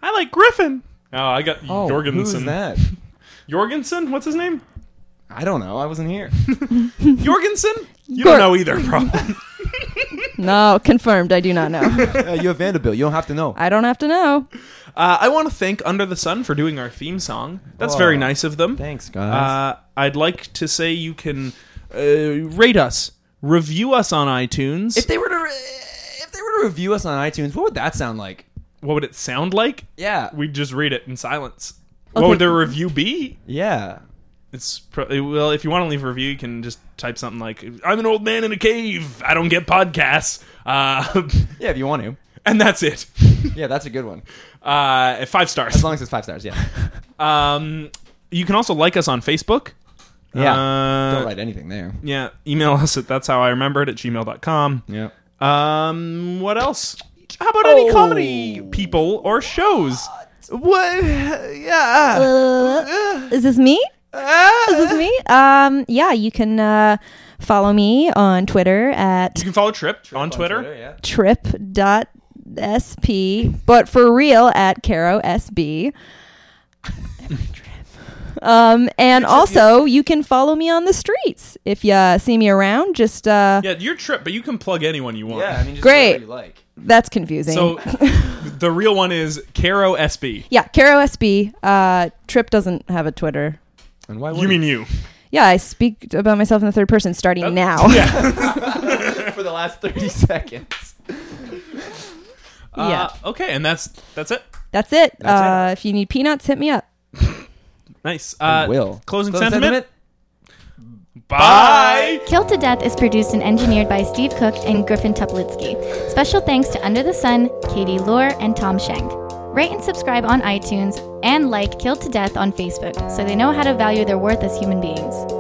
Speaker 1: I like Griffin. Oh, I got
Speaker 2: Oh,
Speaker 1: Jorgensen.
Speaker 2: Who's that?
Speaker 1: Jorgensen? What's his name?
Speaker 2: I don't know. I wasn't here.
Speaker 1: Jorgensen? You
Speaker 3: Gor-
Speaker 1: don't know either, probably.
Speaker 3: No, confirmed. I do not know.
Speaker 2: Uh, you're Vanderbilt. You don't have to know.
Speaker 3: I don't have to know.
Speaker 1: Uh, I want to thank Under the Sun for doing our theme song. That's
Speaker 2: Whoa.
Speaker 1: very nice of them.
Speaker 2: Thanks, guys.
Speaker 1: Uh, I'd like to say you can uh, rate us, review us on iTunes.
Speaker 2: if they were to, re- if they were to review us on iTunes, what would that sound like?
Speaker 1: what would it sound like?
Speaker 2: Yeah.
Speaker 1: We'd just read it in silence.
Speaker 3: Okay.
Speaker 1: What would their review be?
Speaker 2: Yeah.
Speaker 1: It's probably well. If you want to leave a review, you can just type something like "I'm an old man in a cave. I don't get podcasts," uh,
Speaker 2: Yeah, if you want to.
Speaker 1: and that's it.
Speaker 2: Yeah, that's a good one.
Speaker 1: Uh, five
Speaker 2: As
Speaker 1: stars.
Speaker 2: long as it's five stars. Yeah.
Speaker 1: Um, you can also like us on Facebook.
Speaker 2: Yeah.
Speaker 1: Uh,
Speaker 2: don't write anything there.
Speaker 1: Yeah. Email us at that's how I remember it at gmail.com.
Speaker 2: Yeah. Oh.
Speaker 1: Um, what else? How about any comedy people or shows?
Speaker 2: What? Yeah. Ah.
Speaker 3: Uh, is this me? Is this me? Um, yeah, you can uh, follow me on Twitter at
Speaker 1: You can follow Trip, on Twitter.
Speaker 2: yeah.
Speaker 3: trip.sp, but for real at Caro SB. Um, and also, you can follow me on the streets if you see me around. Just uh,
Speaker 1: Yeah, you're Trip, but you can plug anyone you want.
Speaker 2: Yeah, I mean, just
Speaker 3: Great.
Speaker 2: whatever you like.
Speaker 3: that's confusing.
Speaker 1: So the real one is Caro SB.
Speaker 3: yeah, Caro SB. Uh, Trip doesn't have a Twitter.
Speaker 2: And why would
Speaker 1: You mean you?
Speaker 3: Yeah, I speak about myself in the third person starting now.
Speaker 2: Oh, for the last thirty seconds?
Speaker 3: Yeah.
Speaker 1: Uh, okay, and that's that's it.
Speaker 3: That's it.
Speaker 2: That's
Speaker 3: uh, If you need peanuts, hit me up.
Speaker 1: Nice. Uh,
Speaker 2: will.
Speaker 1: Closing
Speaker 2: Closing
Speaker 1: sentiment.
Speaker 2: sentiment?
Speaker 1: Bye.
Speaker 5: Killed to Death is produced and engineered by Steve Cook and Griffin Tuplitsky. Special thanks to Under the Sun, Katie Lohr, and Tom Schenk. Rate and subscribe on iTunes and like Killed to Death on Facebook so they know how to value their worth as human beings.